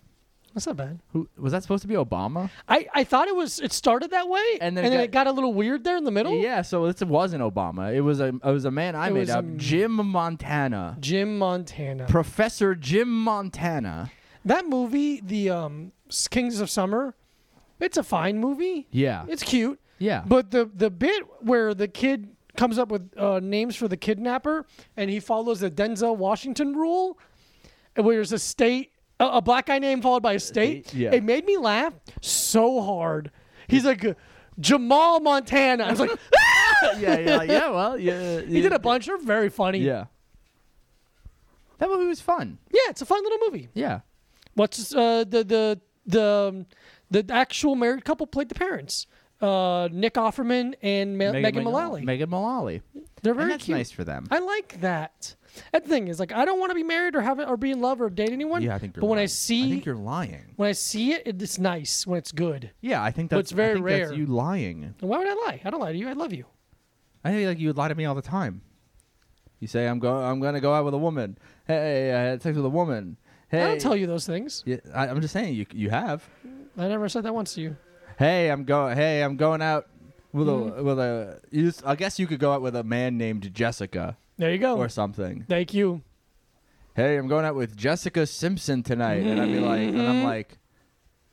S3: That's not bad.
S4: Who was that supposed to be Obama?
S3: I, I thought it was it started that way
S4: And then it
S3: it got a little weird there in the middle.
S4: Yeah, so this wasn't Obama. It was a it was a man I
S3: It
S4: made
S3: was,
S4: up,
S3: um,
S4: Jim Montana.
S3: Jim Montana.
S4: Professor Jim
S3: [laughs]
S4: Montana.
S3: that movie, the um S- Kings of Summer, it's a fine movie.
S4: Yeah.
S3: It's cute.
S4: yeah.
S3: But the the bit where the kid comes up with uh, names for the kidnapper and he follows the Denzel Washington rule, uh, where there's a state, a, a black guy name followed by a state,
S4: State, Uh, yeah.
S3: it made me laugh so hard. He's like Jamal Montana. I was like, [laughs]
S4: yeah, yeah, like, yeah, well, yeah.
S3: he did a bunch. They're very funny.
S4: Yeah. That movie was fun.
S3: Yeah, it's a fun little movie.
S4: Yeah.
S3: What's uh, the the the the actual married couple played the parents. Uh, Nick Offerman and Ma- Megan, Mullally.
S4: Megan Mullally.
S3: They're
S4: And
S3: very
S4: that's
S3: cute.
S4: nice for them.
S3: I like that. That thing is like I don't want to be married or have or be in love or date anyone.
S4: yeah, I think you're
S3: But when I
S4: lying. I
S3: see
S4: think you're lying.
S3: when I see it, it, it's nice when it's good.
S4: Yeah, I think
S3: But
S4: that's
S3: it's very
S4: I think
S3: rare.
S4: That's you lying.
S3: And why would I lie? I don't lie to you. I love you.
S4: I think like you would lie to me all the time. You say I'm going I'm going to go out with a woman. Hey, I had sex with a woman. Hey.
S3: I don't tell you those things.
S4: Yeah, I, I'm just saying you you have.
S3: I never said that once to you.
S4: hey, I'm going. Hey, I'm going out with
S3: Mm-hmm.
S4: a with a. You just, I guess you could go out with a man named Jessica
S3: There you go.
S4: or something.
S3: Thank you.
S4: Hey, I'm going out with Jessica Simpson tonight, and I'd be like,
S3: [laughs]
S4: and I'm like,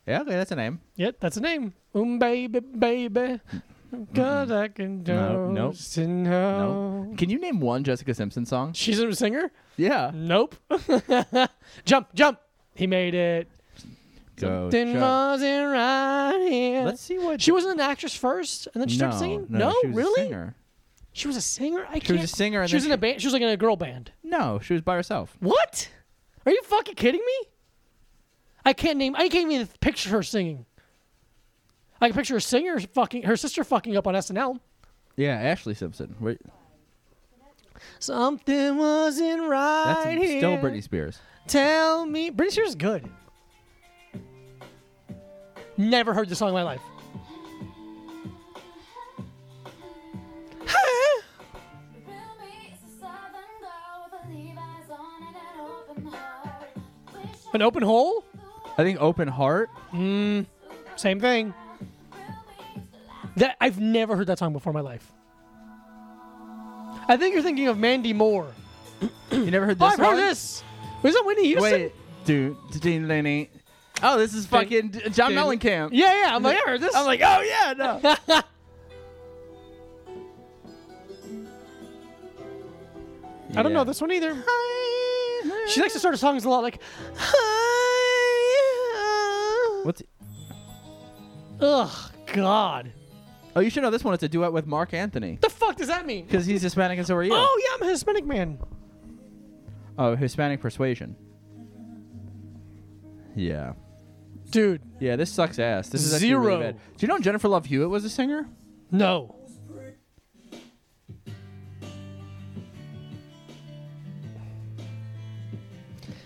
S4: yeah, okay, that's a name.
S3: Yep, that's a name. Um, baby, baby. God, I can
S4: No, no.
S3: just know.
S4: No, can you name one Jessica Simpson song?
S3: She's a singer?
S4: Yeah.
S3: Nope. [laughs] jump, jump. He made it.
S4: Go.
S3: Something
S4: Chuck.
S3: wasn't right here.
S4: Oh, Let's see what
S3: She wasn't an actress first, and then she started singing. No,
S4: she was a
S3: really?
S4: singer.
S3: She was a singer. I can't.
S4: She was a singer, and
S3: she was
S4: then
S3: in a band. She was like in a girl band.
S4: No, she was by herself.
S3: What? Are you fucking kidding me? I can't name. I can't even picture her singing. I can picture her singer fucking her sister fucking up on SNL.
S4: Yeah, Ashley Simpson. Wait,
S3: Something wasn't right
S4: that's
S3: here.
S4: still Britney Spears.
S3: Tell me, Britney Spears is good. Never heard this song in my life. An open hole?
S4: I think Open Heart.
S3: Same thing. That I've never heard that song before in my life. I think you're thinking of Mandy Moore.
S4: [clears throat] You never heard
S3: Oh,
S4: this?
S3: I've heard
S4: one?
S3: this. Was that Whitney Houston?
S4: Wait, dude. Oh, this is fucking D- John
S3: Ding.
S4: Mellencamp.
S3: Yeah, yeah. I'm like, I heard this.
S4: I'm like, oh yeah, no.
S3: [laughs] I don't know this one either. She likes to start her songs a lot like.
S4: What's
S3: uh." Ugh, God.
S4: Oh, you should know this one. It's a duet with Mark Anthony
S3: The fuck does that mean?
S4: because he's Hispanic and so are you.
S3: Oh yeah, I'm a Hispanic man.
S4: Oh, Hispanic persuasion. Yeah.
S3: Dude,
S4: Yeah, this sucks ass. This is actually
S3: Zero.
S4: Really bad. Do you know Jennifer Love Hewitt was a singer?
S3: no.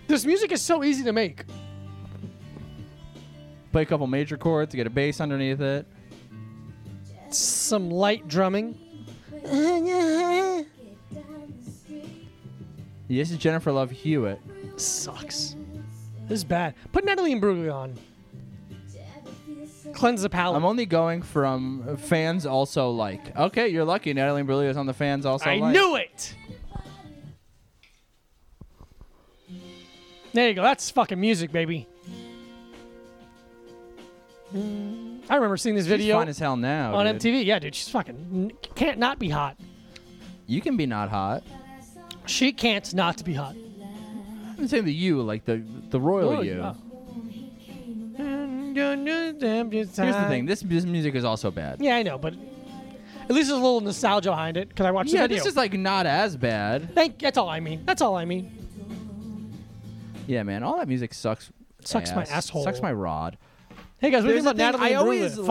S3: This music is so easy to make.
S4: Play a couple major chords, get a bass underneath it.
S3: Some light drumming.
S4: This is Jennifer Love Hewitt.
S3: Sucks. This is bad. Put Natalie Imbruglia on. Cleanse the palate.
S4: I'm only going from fans also like. Okay, you're lucky. Natalie Imbruglia on the fans also
S3: I
S4: like.
S3: knew it. There you go. That's fucking music, baby. I remember seeing this
S4: She's
S3: video
S4: fine as hell now.
S3: on
S4: dude.
S3: MTV. Yeah, dude, she's fucking can't not be hot.
S4: You can be not hot.
S3: She can't not be hot.
S4: I'm saying the you, like the the royal
S3: Oh,
S4: you.
S3: yeah.
S4: Here's the thing. This, this music is also bad.
S3: Yeah, I know, but at least there's a little nostalgia behind it because I watched the
S4: Yeah,
S3: video.
S4: this is like not as bad.
S3: Thank. That's all I mean. That's all I mean.
S4: Yeah, man. All that music sucks.
S3: Sucks my
S4: ass.
S3: asshole.
S4: Sucks my rod.
S3: Hey guys, what do you
S4: There's
S3: think about
S4: the thing,
S3: Natalie
S4: I always
S3: Imbruglia?
S4: like-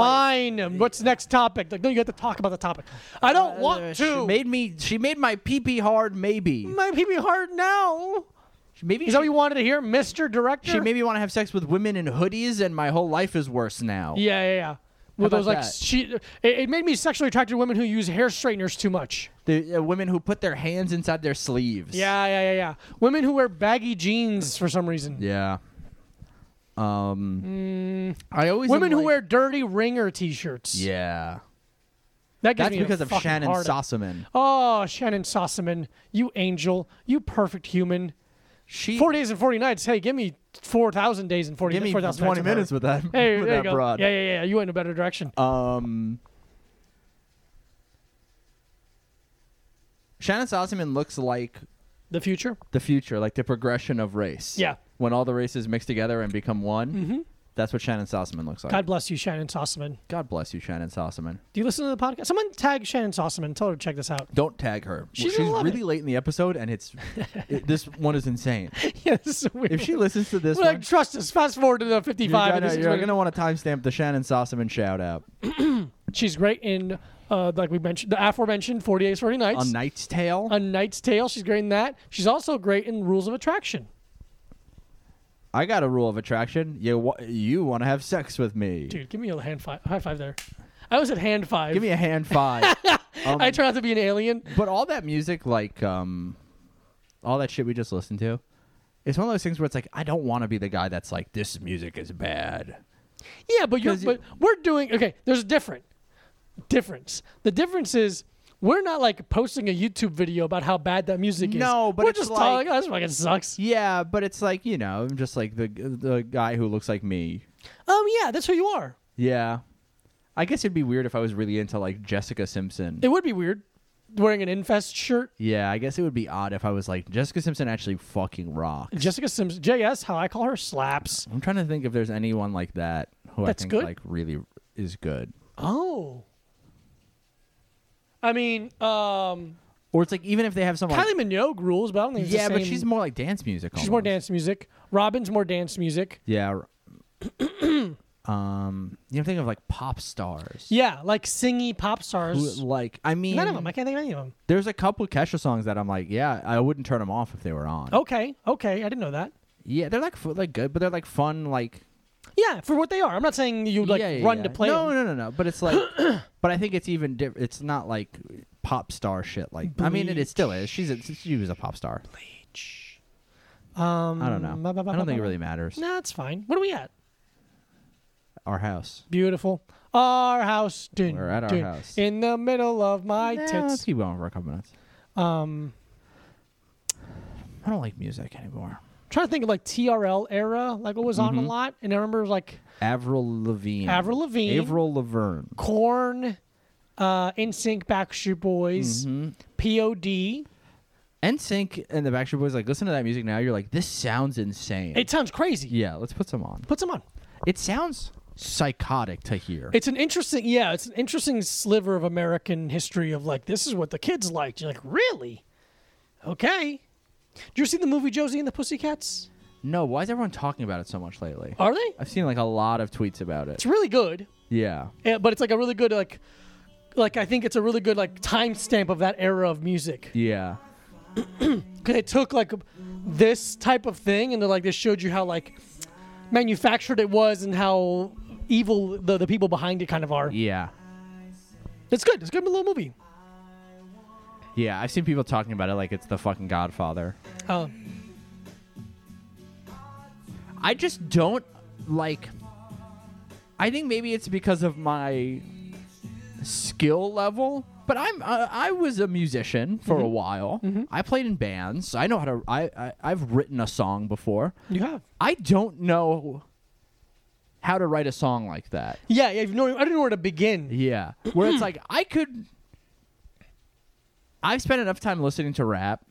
S3: Fine. What's the next topic? Like, no, you have to talk about the topic. I don't want
S4: Uh, She
S3: to.
S4: made me. She made my pee pee hard. Maybe.
S3: my PB hard now.
S4: Maybe
S3: Is
S4: she,
S3: that what you wanted to hear, Mister Director?
S4: she made me want to have sex with women in hoodies, and my whole life is worse now.
S3: Yeah, yeah, yeah. With
S4: about
S3: those like
S4: that?
S3: she, it, it made me sexually attracted to women who use hair straighteners too much.
S4: The uh, women who put their hands inside their sleeves.
S3: Yeah, yeah, yeah, yeah. Women who wear baggy jeans for some reason.
S4: Yeah. Um. I always
S3: Mm. Women
S4: am
S3: who
S4: like-
S3: wear dirty ringer T-shirts.
S4: Yeah.
S3: that gives
S4: That's
S3: me a
S4: because of
S3: fucking
S4: Shannon
S3: hard-
S4: Sossaman.
S3: Oh, Shannon Sossaman, you angel, you perfect human.
S4: She
S3: Four days and forty nights. Hey, give me four thousand days and forty.
S4: give me
S3: 4,000 nights
S4: twenty
S3: of
S4: minutes
S3: her.
S4: with that.
S3: Hey,
S4: [laughs] with
S3: there you
S4: that
S3: go.
S4: broad.
S3: Yeah, yeah, yeah. You went in a better direction.
S4: Um, Shannon Sossaman looks like
S3: the future.
S4: the future, like the progression of race.
S3: Yeah. Mm-hmm.
S4: When all the races mix together and become one, that's what Shannon Sossaman looks like.
S3: God bless you, Shannon Sossaman.
S4: God bless you, Shannon Sossaman.
S3: Do you listen to the podcast? Someone tag Shannon Sossaman. Tell her to check this
S4: [laughs]
S3: out.
S4: Don't tag her.
S3: She's gonna love
S4: really late in the episode, and it's it- this one is
S3: [laughs]
S4: insane.
S3: yeah, this is weird.
S4: If she listens to this
S3: We're like,
S4: one,
S3: trust us. Fast forward to the 55.
S4: you're gonna,
S3: and this is
S4: you're
S3: what-
S4: gonna want to timestamp the Shannon Sossaman shout out
S3: She's great in, uh, like we mentioned, the aforementioned 40 Days, 40 Nights.
S4: on Knight's Tale.
S3: A Knight's Tale. She's great in that. She's also great in Rules of Attraction.
S4: I got a rule of attraction. You wa- you want to have sex with me?
S3: Dude, give me a hand five. High five there. I was at hand five.
S4: Give me a hand [laughs] five. Um,
S3: I try not to be an alien.
S4: But all that music, like um, all that shit we just listened to, it's one of those things where it's like I don't want to be the guy that's like this music is bad.
S3: Yeah, but you're
S4: 'Cause you-
S3: but we're doing okay. There's a different difference. The difference is we're not like posting a YouTube video about how bad that music is.
S4: No, but
S3: we're
S4: it's
S3: just
S4: like-
S3: talking. Oh, this fucking sucks.
S4: Yeah, but it's like you know, I'm just like the the guy who looks like me.
S3: Um, yeah, that's who you are.
S4: Yeah, I guess it'd be weird if I was really into like Jessica Simpson.
S3: It would be weird wearing an Infest shirt.
S4: yeah, I guess it would be odd if I was like Jessica Simpson actually fucking rocks.
S3: Jessica Sims, JS, how I call her, slaps.
S4: I'm trying to think if there's anyone like that who
S3: That's
S4: I think
S3: good?
S4: like really is good.
S3: Oh. I mean, um,
S4: Or it's like even if they have someone.
S3: Kylie Minogue rules, but I don't think it's the
S4: yeah, but
S3: same-
S4: she's more like dance music.
S3: she's more
S4: almost.
S3: dance music. Robin's more dance music.
S4: Yeah. [clears throat] r- um, you know, think of like pop stars.
S3: Yeah, like singy pop
S4: Who,
S3: stars.
S4: like I mean,
S3: None of them. I can't think of any of them.
S4: there's a couple Kesha songs that I'm like, yeah, I wouldn't turn them off if they were on.
S3: Okay, okay, I didn't know that.
S4: yeah, they're like f- like good, but they're like fun, like
S3: Yeah, for what they are. I'm not saying you like
S4: yeah, yeah,
S3: run
S4: yeah.
S3: to play.
S4: No,
S3: them.
S4: no, no, no. But it's [coughs] like, but I think it's even different. It's not like pop star shit. Like I mean, it, it still is. She's a, she was a pop star.
S3: Um,
S4: I don't know.
S3: ba- ba- ba- ba-
S4: I don't think it
S3: ba-
S4: really matters.
S3: Nah, it's fine. What are we at?
S4: Our house.
S3: Beautiful. Our house. Dun,
S4: We're at our
S3: dun,
S4: house.
S3: In the middle of my
S4: Nah, Eh, let's
S3: tits.
S4: keep going for a couple minutes.
S3: Um,
S4: I don't like music anymore.
S3: trying to think of like TRL era, like what was on
S4: Mm-hmm.
S3: a lot, and I remember like
S4: Avril Lavigne.
S3: Avril Lavigne.
S4: Avril Laverne.
S3: Corn, uh, NSYNC, Backstreet Boys,
S4: Mm-hmm.
S3: POD.
S4: NSYNC and the Backstreet Boys, like, listen to that music now. You're like, this sounds insane.
S3: It sounds crazy.
S4: yeah, let's put some on.
S3: Put some on.
S4: It sounds
S7: psychotic to hear.
S3: It's an interesting, yeah, it's an interesting sliver of American history of like this is what the kids liked. You're like, really? Okay. Did you see the movie Josie and the Pussycats?
S4: No, why is everyone talking about it so much lately?
S3: Are they?
S4: I've seen like a lot of tweets about it.
S3: It's really good,
S4: Yeah.
S3: yeah, but it's like a really good like, like I think it's a really good like timestamp of that era of music.
S4: Yeah.
S3: because it took like this type of thing and they're like they showed you how like manufactured it was and how evil the, the people behind it kind of are
S4: Yeah.
S3: it's good it's a good little movie
S4: Yeah, I've seen people talking about it like it's the fucking Godfather.
S3: uh,
S4: I just don't like. I think maybe it's because of my skill level, but I'm uh, I was a musician for a while. I played in bands. I know how to. I, I I've written a song before.
S3: you have
S4: I don't know how to write a song like that.
S3: yeah yeah you know, i don't know where to begin
S4: Yeah, where it's like I could. I've spent enough time listening to rap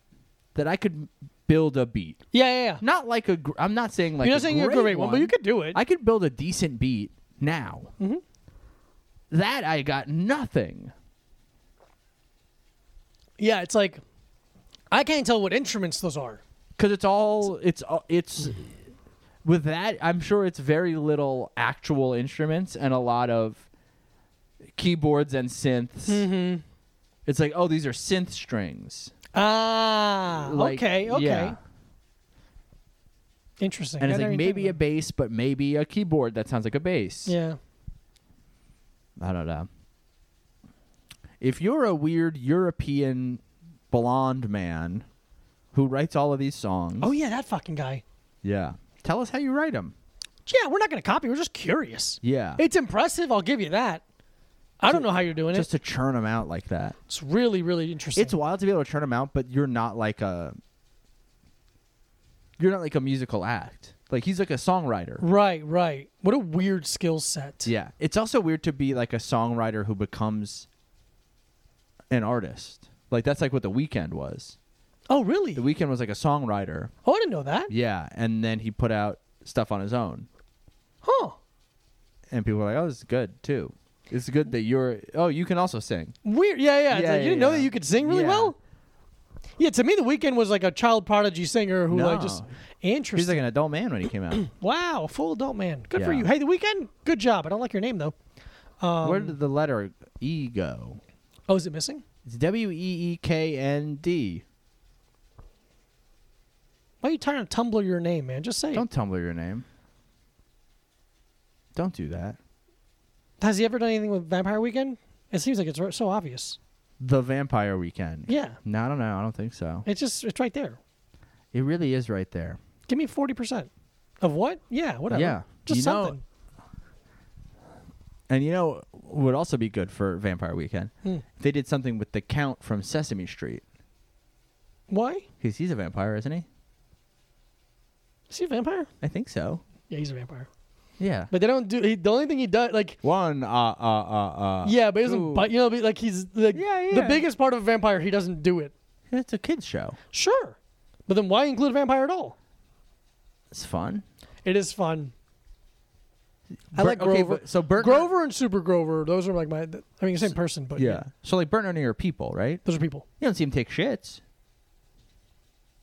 S4: that I could build a beat.
S3: yeah yeah yeah
S4: Not like a. Gr- I'm not saying like
S3: you're
S4: a
S3: not saying you're a great one, but you could do it Mm-hmm.
S4: I could build a decent beat now. That I got nothing.
S3: yeah it's like i can't tell what instruments those are
S4: Cuz it's all it's all- it's with that I'm sure it's very little actual instruments and a lot of keyboards and synths.
S3: Mm-hmm.
S4: It's like, "Oh, these are synth strings."
S3: ah
S4: Like,
S3: okay okay
S4: yeah.
S3: interesting
S4: And
S3: I
S4: it's
S3: never
S4: like
S3: even
S4: maybe
S3: thought
S4: a
S3: of
S4: bass, but maybe a keyboard that sounds like a bass.
S3: that. yeah
S4: I don't know. If you're a weird European blonde man who writes all of these songs,
S3: oh yeah that fucking guy
S4: Yeah. Tell us how you write them.
S3: yeah we're not gonna copy we're just curious
S4: Yeah.
S3: It's impressive. I'll give you that. I don't know how you're doing
S4: just
S3: it.
S4: to churn them out like that.
S3: It's really, really interesting.
S4: It's wild to be able to churn them out, but you're not like a. You're not like a musical act. Like he's like a songwriter.
S3: right, right. What a weird skill set.
S4: Yeah. It's also weird to be like a songwriter who becomes an artist. Like that's like what The Weeknd was.
S3: Oh, really?
S4: The Weeknd was like a songwriter.
S3: oh, I didn't know that.
S4: Yeah, and then he put out stuff on his own,
S3: Huh?
S4: and people were like, "Oh, this is good too. It's good that you're. Oh, you can also sing."
S3: Weird. Yeah, yeah. It's
S4: Yeah,
S3: like,
S4: yeah,
S3: you didn't know
S4: yeah.
S3: that you could sing really
S4: Yeah.
S3: well. Yeah. To me, the weekend was like a child prodigy singer who like just
S4: No. He's
S3: interesting.
S4: like an adult man when he came out.
S3: [clears throat] wow, a full adult man. Good for
S4: Yeah.
S3: you. Hey, the weekend. Good job. I don't like your name though.
S4: Where did the letter E go?
S3: Oh, is it missing?
S4: It's W E E K N D.
S3: Why are you trying to Tumblr your name, man? Just say. it.
S4: Don't Tumblr your name. Don't do that.
S3: Has he ever done anything with Vampire Weekend? It seems like it's r- so obvious.
S4: The Vampire Weekend.
S3: Yeah.
S4: No, I don't know. I don't think so.
S3: It's just it's right there.
S4: It really is right there.
S3: Give me forty percent of what? Yeah, whatever.
S4: Yeah.
S3: just
S4: You know-
S3: something.
S4: And you know what would also be good for Vampire Weekend?
S3: Hmm.
S4: If They did something with the Count from Sesame Street.
S3: Why?
S4: Because he's a vampire, isn't he?
S3: Is he a vampire?
S4: I think so.
S3: Yeah, he's a vampire.
S4: Yeah.
S3: But they don't do. He, the only thing he does, like,
S4: One, uh, uh, uh, uh.
S3: yeah, but he doesn't
S4: Ooh.
S3: bite. You know, but, like he's like
S4: Yeah,
S3: the
S4: yeah.
S3: biggest part of a vampire. He doesn't do it.
S4: It's a kid's show.
S3: Sure, but then why include a vampire at all?
S4: It's fun.
S3: It is fun. I
S4: Bur-
S3: like
S4: okay,
S3: Grover.
S4: but- so Bert-
S3: Grover and Super Grover. Those are like my. I mean, same person, but yeah,
S4: Yeah. So, like, Bert and Ernie are people, right?
S3: those are people.
S4: You don't see him take shits.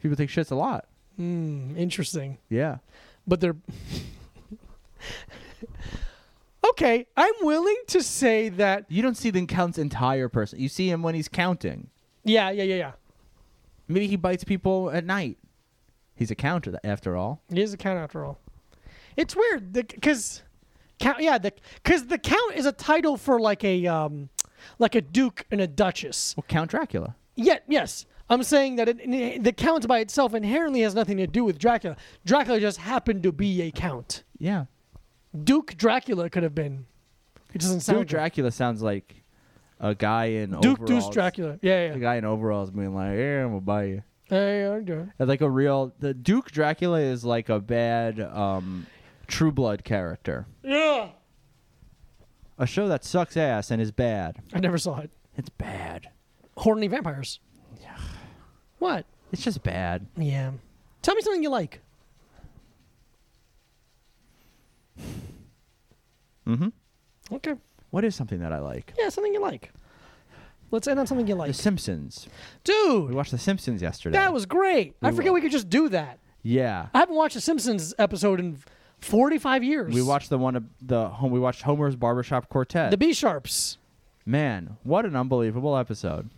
S4: People take shits a lot.
S3: Interesting,
S4: Yeah.
S3: but they're. [laughs] okay, I'm willing to say that.
S4: You don't see the count's entire person. You see him when he's counting.
S3: Yeah, yeah, yeah, yeah.
S4: Maybe he bites people at night. He's a counter, tha- after all.
S3: It is a count after all. It's weird because count yeah the because the count is a title for like a um like a duke and a duchess.
S4: Well, Count Dracula.
S3: Yet yes, I'm saying that it, the count by itself inherently has nothing to do with Dracula. Dracula just happened to be a count.
S4: Yeah.
S3: Duke Dracula could have been. It doesn't sound
S4: Duke Dracula sounds like a guy in
S3: Duke
S4: overalls.
S3: Deuce Dracula. Yeah,
S4: A
S3: yeah.
S4: guy in overalls being like, "Yeah, I'm gonna buy you."
S3: Hey, how you doing?
S4: And Like a real the Duke Dracula is like a bad um, True Blood character. Yeah. A show that sucks ass and is bad.
S3: I never saw it.
S4: It's bad.
S3: Horny vampires. What?
S4: It's just bad.
S3: Yeah. Tell me something you like. Mm-hmm. Okay.
S4: What is something that I like?
S3: Yeah, something you like. Let's end on something you
S4: The
S3: like.
S4: Simpsons. We
S3: Dude,
S4: watched The Simpsons yesterday.
S3: that was great. I forget we could just do that.
S4: yeah.
S3: I haven't watched a Simpsons episode in 45 years.
S4: We watched the one of the home. We watched Homer's Barbershop Quartet.
S3: the B sharps.
S4: Man, what an unbelievable episode!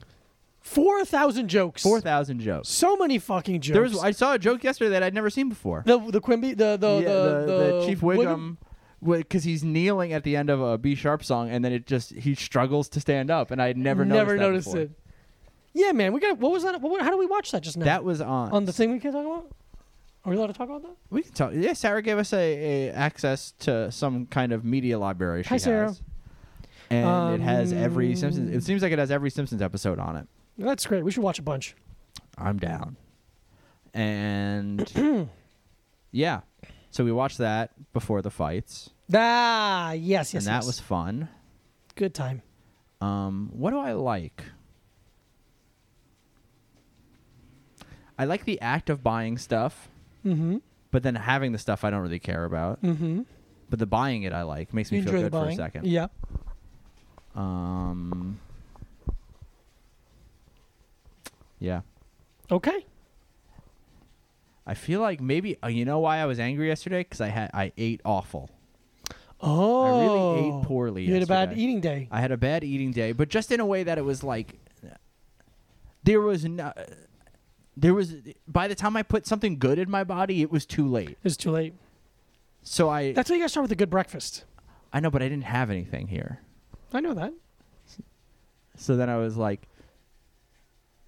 S3: 4,000 jokes.
S4: Four thousand jokes.
S3: So many fucking jokes.
S4: There was. I saw a joke yesterday that I'd never seen before.
S3: the the Quimby the the
S4: Yeah,
S3: the,
S4: the, the Chief
S3: Wiggum.
S4: Wiggum, because he's kneeling at the end of a B sharp song, and then it just he struggles to stand up, and I had never noticed
S3: never
S4: that
S3: noticed
S4: before.
S3: it. Yeah, man, we got. What was that? What, how do we watch that just now?
S4: That was on
S3: on the thing we can talk about. Are we allowed to talk about that?
S4: We can talk. Yeah, Sarah gave us a, a access to some kind of media library. She
S3: Hi, Sarah.
S4: Has. And it has every
S3: Um,
S4: Simpsons. It seems like it has every Simpsons episode on it.
S3: That's great. We should watch a bunch.
S4: I'm down.
S3: [clears throat]
S4: And yeah, so we watched that before the fights,
S3: Ah, yes, yes,
S4: and that
S3: yes.
S4: was fun.
S3: good time.
S4: Um, what do I like? I like the act of buying stuff,
S3: Mm-hmm.
S4: but then having the stuff I don't really care about.
S3: Mm-hmm.
S4: But the buying it I like makes me
S3: Enjoy
S4: feel
S3: the
S4: good for
S3: buying.
S4: a second.
S3: Yeah.
S4: Um. Yeah,
S3: Okay.
S4: I feel like maybe oh, you know why I was angry yesterday because I had I ate awful.
S3: Oh,
S4: ate poorly
S3: You had a bad
S4: yesterday.
S3: eating day.
S4: I had a bad eating day, but just in a way that it was like there was no. There was by the time I put something good in my body, it was too late.
S3: It's too late.
S4: So I
S3: That's why you got to start with a good breakfast.
S4: I know, but I didn't have anything here.
S3: I know that.
S4: So then I was like,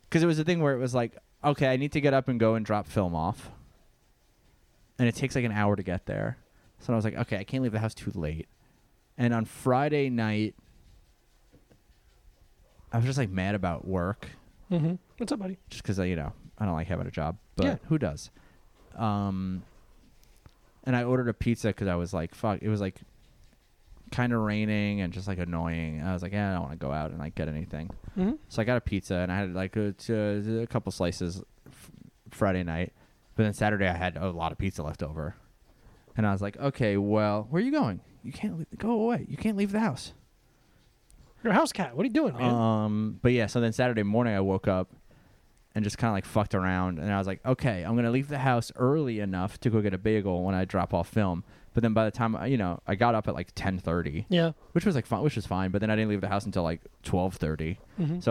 S4: because it was a thing where it was like, okay, I need to get up and go and drop film off. And it takes like an hour to get there. So I was like, okay, I can't leave the house too late. And on Friday night, I was just like mad about work
S3: Mm-hmm. What's up, buddy?
S4: just because, you know, I don't like having a job, but
S3: Yeah.
S4: who does? Um, and I ordered a pizza because I was like, fuck, it was like kind of raining and just like annoying. I was like, eh, I don't want to go out and like get anything.
S3: Mm-hmm.
S4: So I got a pizza and I had like a, t- uh, a couple slices f- Friday night, but then Saturday I had a lot of pizza left over, and I was like, okay, well, where are you going? You can't leave, go away. You can't leave the house.
S3: Your house cat. What are you doing, man?
S4: Um, but yeah, so then Saturday morning I woke up and just kind of like fucked around, and I was like, okay, I'm gonna leave the house early enough to go get a bagel when I drop off film. But then by the time I- you know, I got up at like 10:30
S3: yeah.
S4: which was like fine, which was fine. But then I didn't leave the house until like twelve So I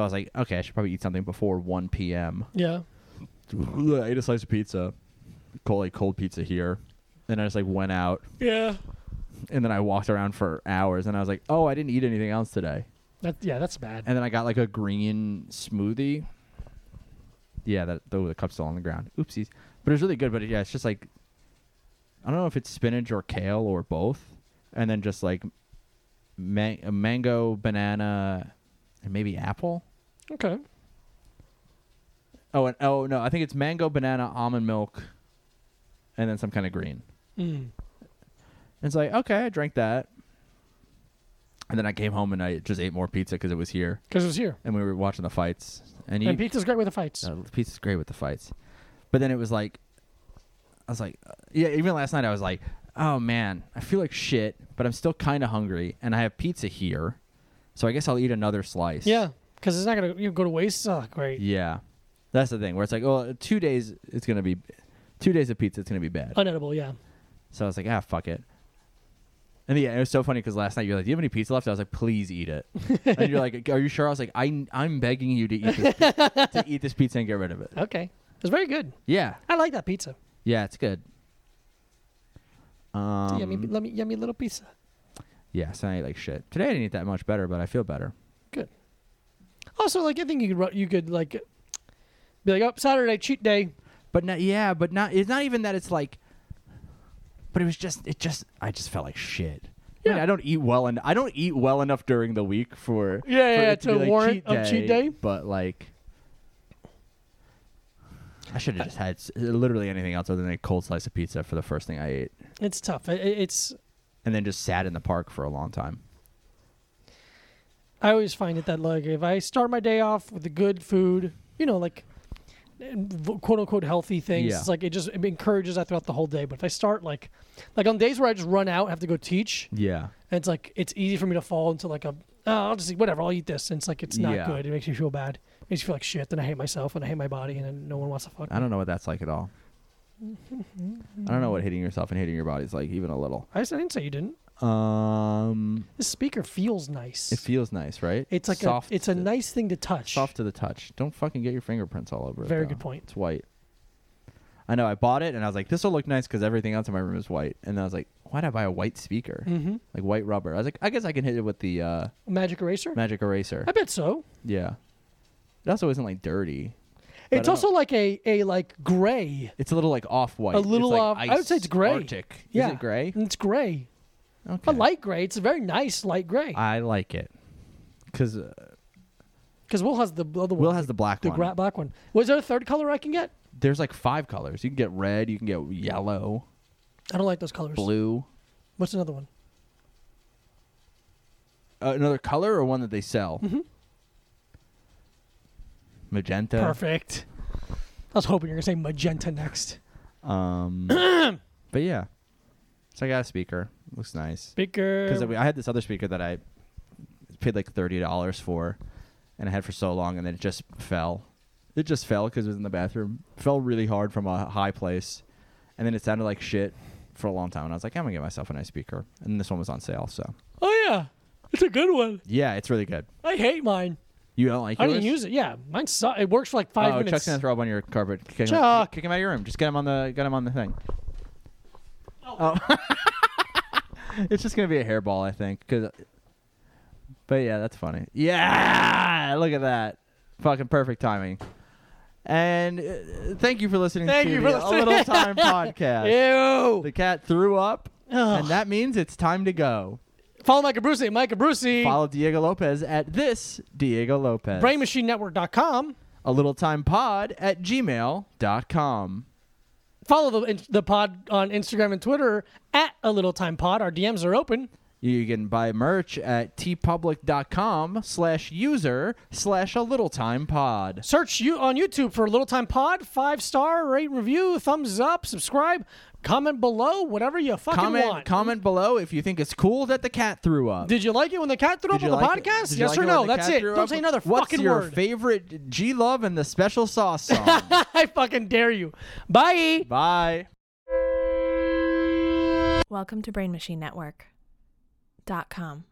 S4: was like, okay, I should probably eat something before one p.m.
S3: Yeah.
S4: [laughs] I ate a slice of pizza, cold like cold pizza here. Then I just like went out
S3: Yeah.
S4: and then I walked around for hours and I was like, oh, I didn't eat anything else today.
S3: That, yeah, that's bad.
S4: And then I got like a green smoothie. Yeah, that though the cup's still on the ground. Oopsies, but it was really good. But yeah, it's just like I don't know if it's spinach or kale or both, and then just like man- a mango, banana, and maybe apple.
S3: Okay.
S4: Oh, and oh no, I think it's mango, banana, almond milk, and then some kind of green.
S3: Mm.
S4: And it's like okay, I drank that, and then I came home and I just ate more pizza because it was here,
S3: Because it was here.
S4: and we were watching the fights. And, you,
S3: And pizza's great with the fights.
S4: Uh, pizza's great with the fights, but then it was like, I was like, uh, yeah. Even last night, I was like, oh man, I feel like shit, but I'm still kind of hungry, and I have pizza here, so I guess I'll eat another slice.
S3: Yeah, because it's not gonna you know, go to waste. Oh, great.
S4: yeah. That's the thing where it's like, oh, two days it's gonna be, two days of pizza it's gonna be bad.
S3: Unedible. Yeah.
S4: So I was like, ah, fuck it. And yeah, it was so funny because last night you're like, "Do you have any pizza left?" I was like, "Please eat it." and you're like, "Are you sure?" I was like, "I I'm begging you to eat this, pi- to eat this pizza and get rid of it."
S3: Okay. It's very good.
S4: Yeah,
S3: I like that pizza.
S4: Yeah, it's good.
S3: It's
S4: Um,
S3: a yummy, yummy, yummy little pizza.
S4: yeah, so I ate like shit. Today I didn't eat that much better, but I feel better.
S3: Good. Also, like I think you could ru- you could like be like, oh, Saturday cheat day.
S4: But not, yeah, but not. It's not even that it's like. But it was just. It just. I just felt like shit. I mean,
S3: Yeah.
S4: I don't eat well, and I don't eat well enough during the week for.
S3: Yeah, yeah,
S4: for
S3: yeah,
S4: it
S3: to warrant a cheat day.
S4: But like. I should have just had s- literally anything else other than a cold slice of pizza for the first thing I ate,
S3: It's tough. It, it- it's
S4: and then just sat in the park for a long time.
S3: I always find it that like if I start my day off with the good food, you know, like quote unquote healthy things.
S4: Yeah.
S3: It's like it just it encourages that throughout the whole day. But if I start like, like on days where I just run out, have to go teach,
S4: Yeah.
S3: and it's like it's easy for me to fall into like a oh, I'll just eat whatever I'll eat this, and it's like it's not
S4: Yeah.
S3: good. It makes me feel bad. It makes me feel like shit. Then I hate myself and I hate my body, and then no one wants to fuck.
S4: I don't know what that's like at all. I don't know what hitting yourself and hitting your body is like, even a little.
S3: I, just, I didn't say you didn't.
S4: Um,
S3: This speaker feels nice.
S4: it feels nice, right?
S3: it's like
S4: soft. uh,
S3: a, it's a nice thing to touch.
S4: soft to the touch. Don't fucking get your fingerprints all over it.
S3: Very
S4: though.
S3: good point.
S4: It's white. I know. I bought it and I was like, this will look nice because everything else in my room is white. And then I was like, why would I buy a white speaker?
S3: Mhm.
S4: Like white rubber. I was like, I guess I can hit it with the uh,
S3: Magic eraser.
S4: magic eraser.
S3: I bet so.
S4: yeah. It also isn't like dirty. I
S3: It's
S4: don't
S3: also like a a like gray.
S4: It's a little like off white.
S3: A little
S4: like,
S3: off- I would
S4: ice,
S3: say it's gray.
S4: Arctic.
S3: Yeah, Mm,
S4: Is it gray?
S3: It's gray.
S4: Okay.
S3: A light gray. It's a very nice light gray.
S4: I like it because uh,
S3: Because Will has the other one.
S4: Will has the black
S3: the
S4: one.
S3: gra- black one. Was there a third color I can get?
S4: There's like five colors. You can get red. You can get yellow,
S3: I don't like those colors.
S4: blue.
S3: What's another one?
S4: Uh, another color or one that they sell. Magenta.
S3: Perfect. I was hoping you were gonna say magenta next.
S4: Um, but yeah, so I got a speaker. Looks nice.
S3: Bigger.
S4: Because I had this other speaker that I paid like thirty dollars for, and I had for so long, and then it just fell. It just fell because it was in the bathroom. Fell really hard from a high place, and then it sounded like shit for a long time. And I was like, I'm gonna get myself a nice speaker. And this one was on sale, so
S3: oh yeah, it's a good one.
S4: yeah, it's really good.
S3: I hate mine.
S4: You don't like?
S3: I
S4: yours?
S3: didn't use it. Yeah, mine. Su- it works for like
S4: Oh,
S3: five
S4: Chuck's
S3: minutes.
S4: gonna throw up on your carpet. Kick him,
S3: Chuck.
S4: kick him out of your room. Just get him on the get him on the thing. Oh. [laughs] it's just gonna be a hairball, I think. 'cause- but yeah, that's funny. Yeah, look at that, fucking perfect timing. And uh, thank you for listening
S3: Thank
S4: to
S3: you
S4: the
S3: for listening.
S4: A
S3: [laughs]
S4: Little Time podcast.
S3: Ew.
S4: The cat threw up,
S3: Ugh.
S4: and that means it's time to go.
S3: Follow Micah Brucey. Micah Brucey.
S4: Follow Diego Lopez at this Diego Lopez.
S3: BrainMachineNetwork.com.
S4: a little time pod at gmail.com.
S3: Follow the the pod on Instagram and Twitter at a little time pod. Our DMs are open.
S4: You can buy merch at tpublic.com slash user slash a little time pod.
S3: Search you on YouTube for Little Time Pod, five star rate and review, thumbs up, subscribe, comment below, whatever you fucking
S4: Comment
S3: want.
S4: comment below if you think it's cool that the cat threw up.
S3: Did you like it when the cat threw
S4: Did
S3: up on
S4: you
S3: the
S4: like it?
S3: podcast?
S4: Did you
S3: yes
S4: like
S3: or
S4: when
S3: no?
S4: the
S3: That's
S4: cat
S3: it.
S4: threw
S3: Don't
S4: up?
S3: say another
S4: What's
S3: fucking
S4: your
S3: word.
S4: favorite G Love and the special
S3: [laughs]
S4: sauce song?
S3: I fucking dare you. Bye.
S4: Bye.
S1: Welcome to BrainMachineNetwork.com.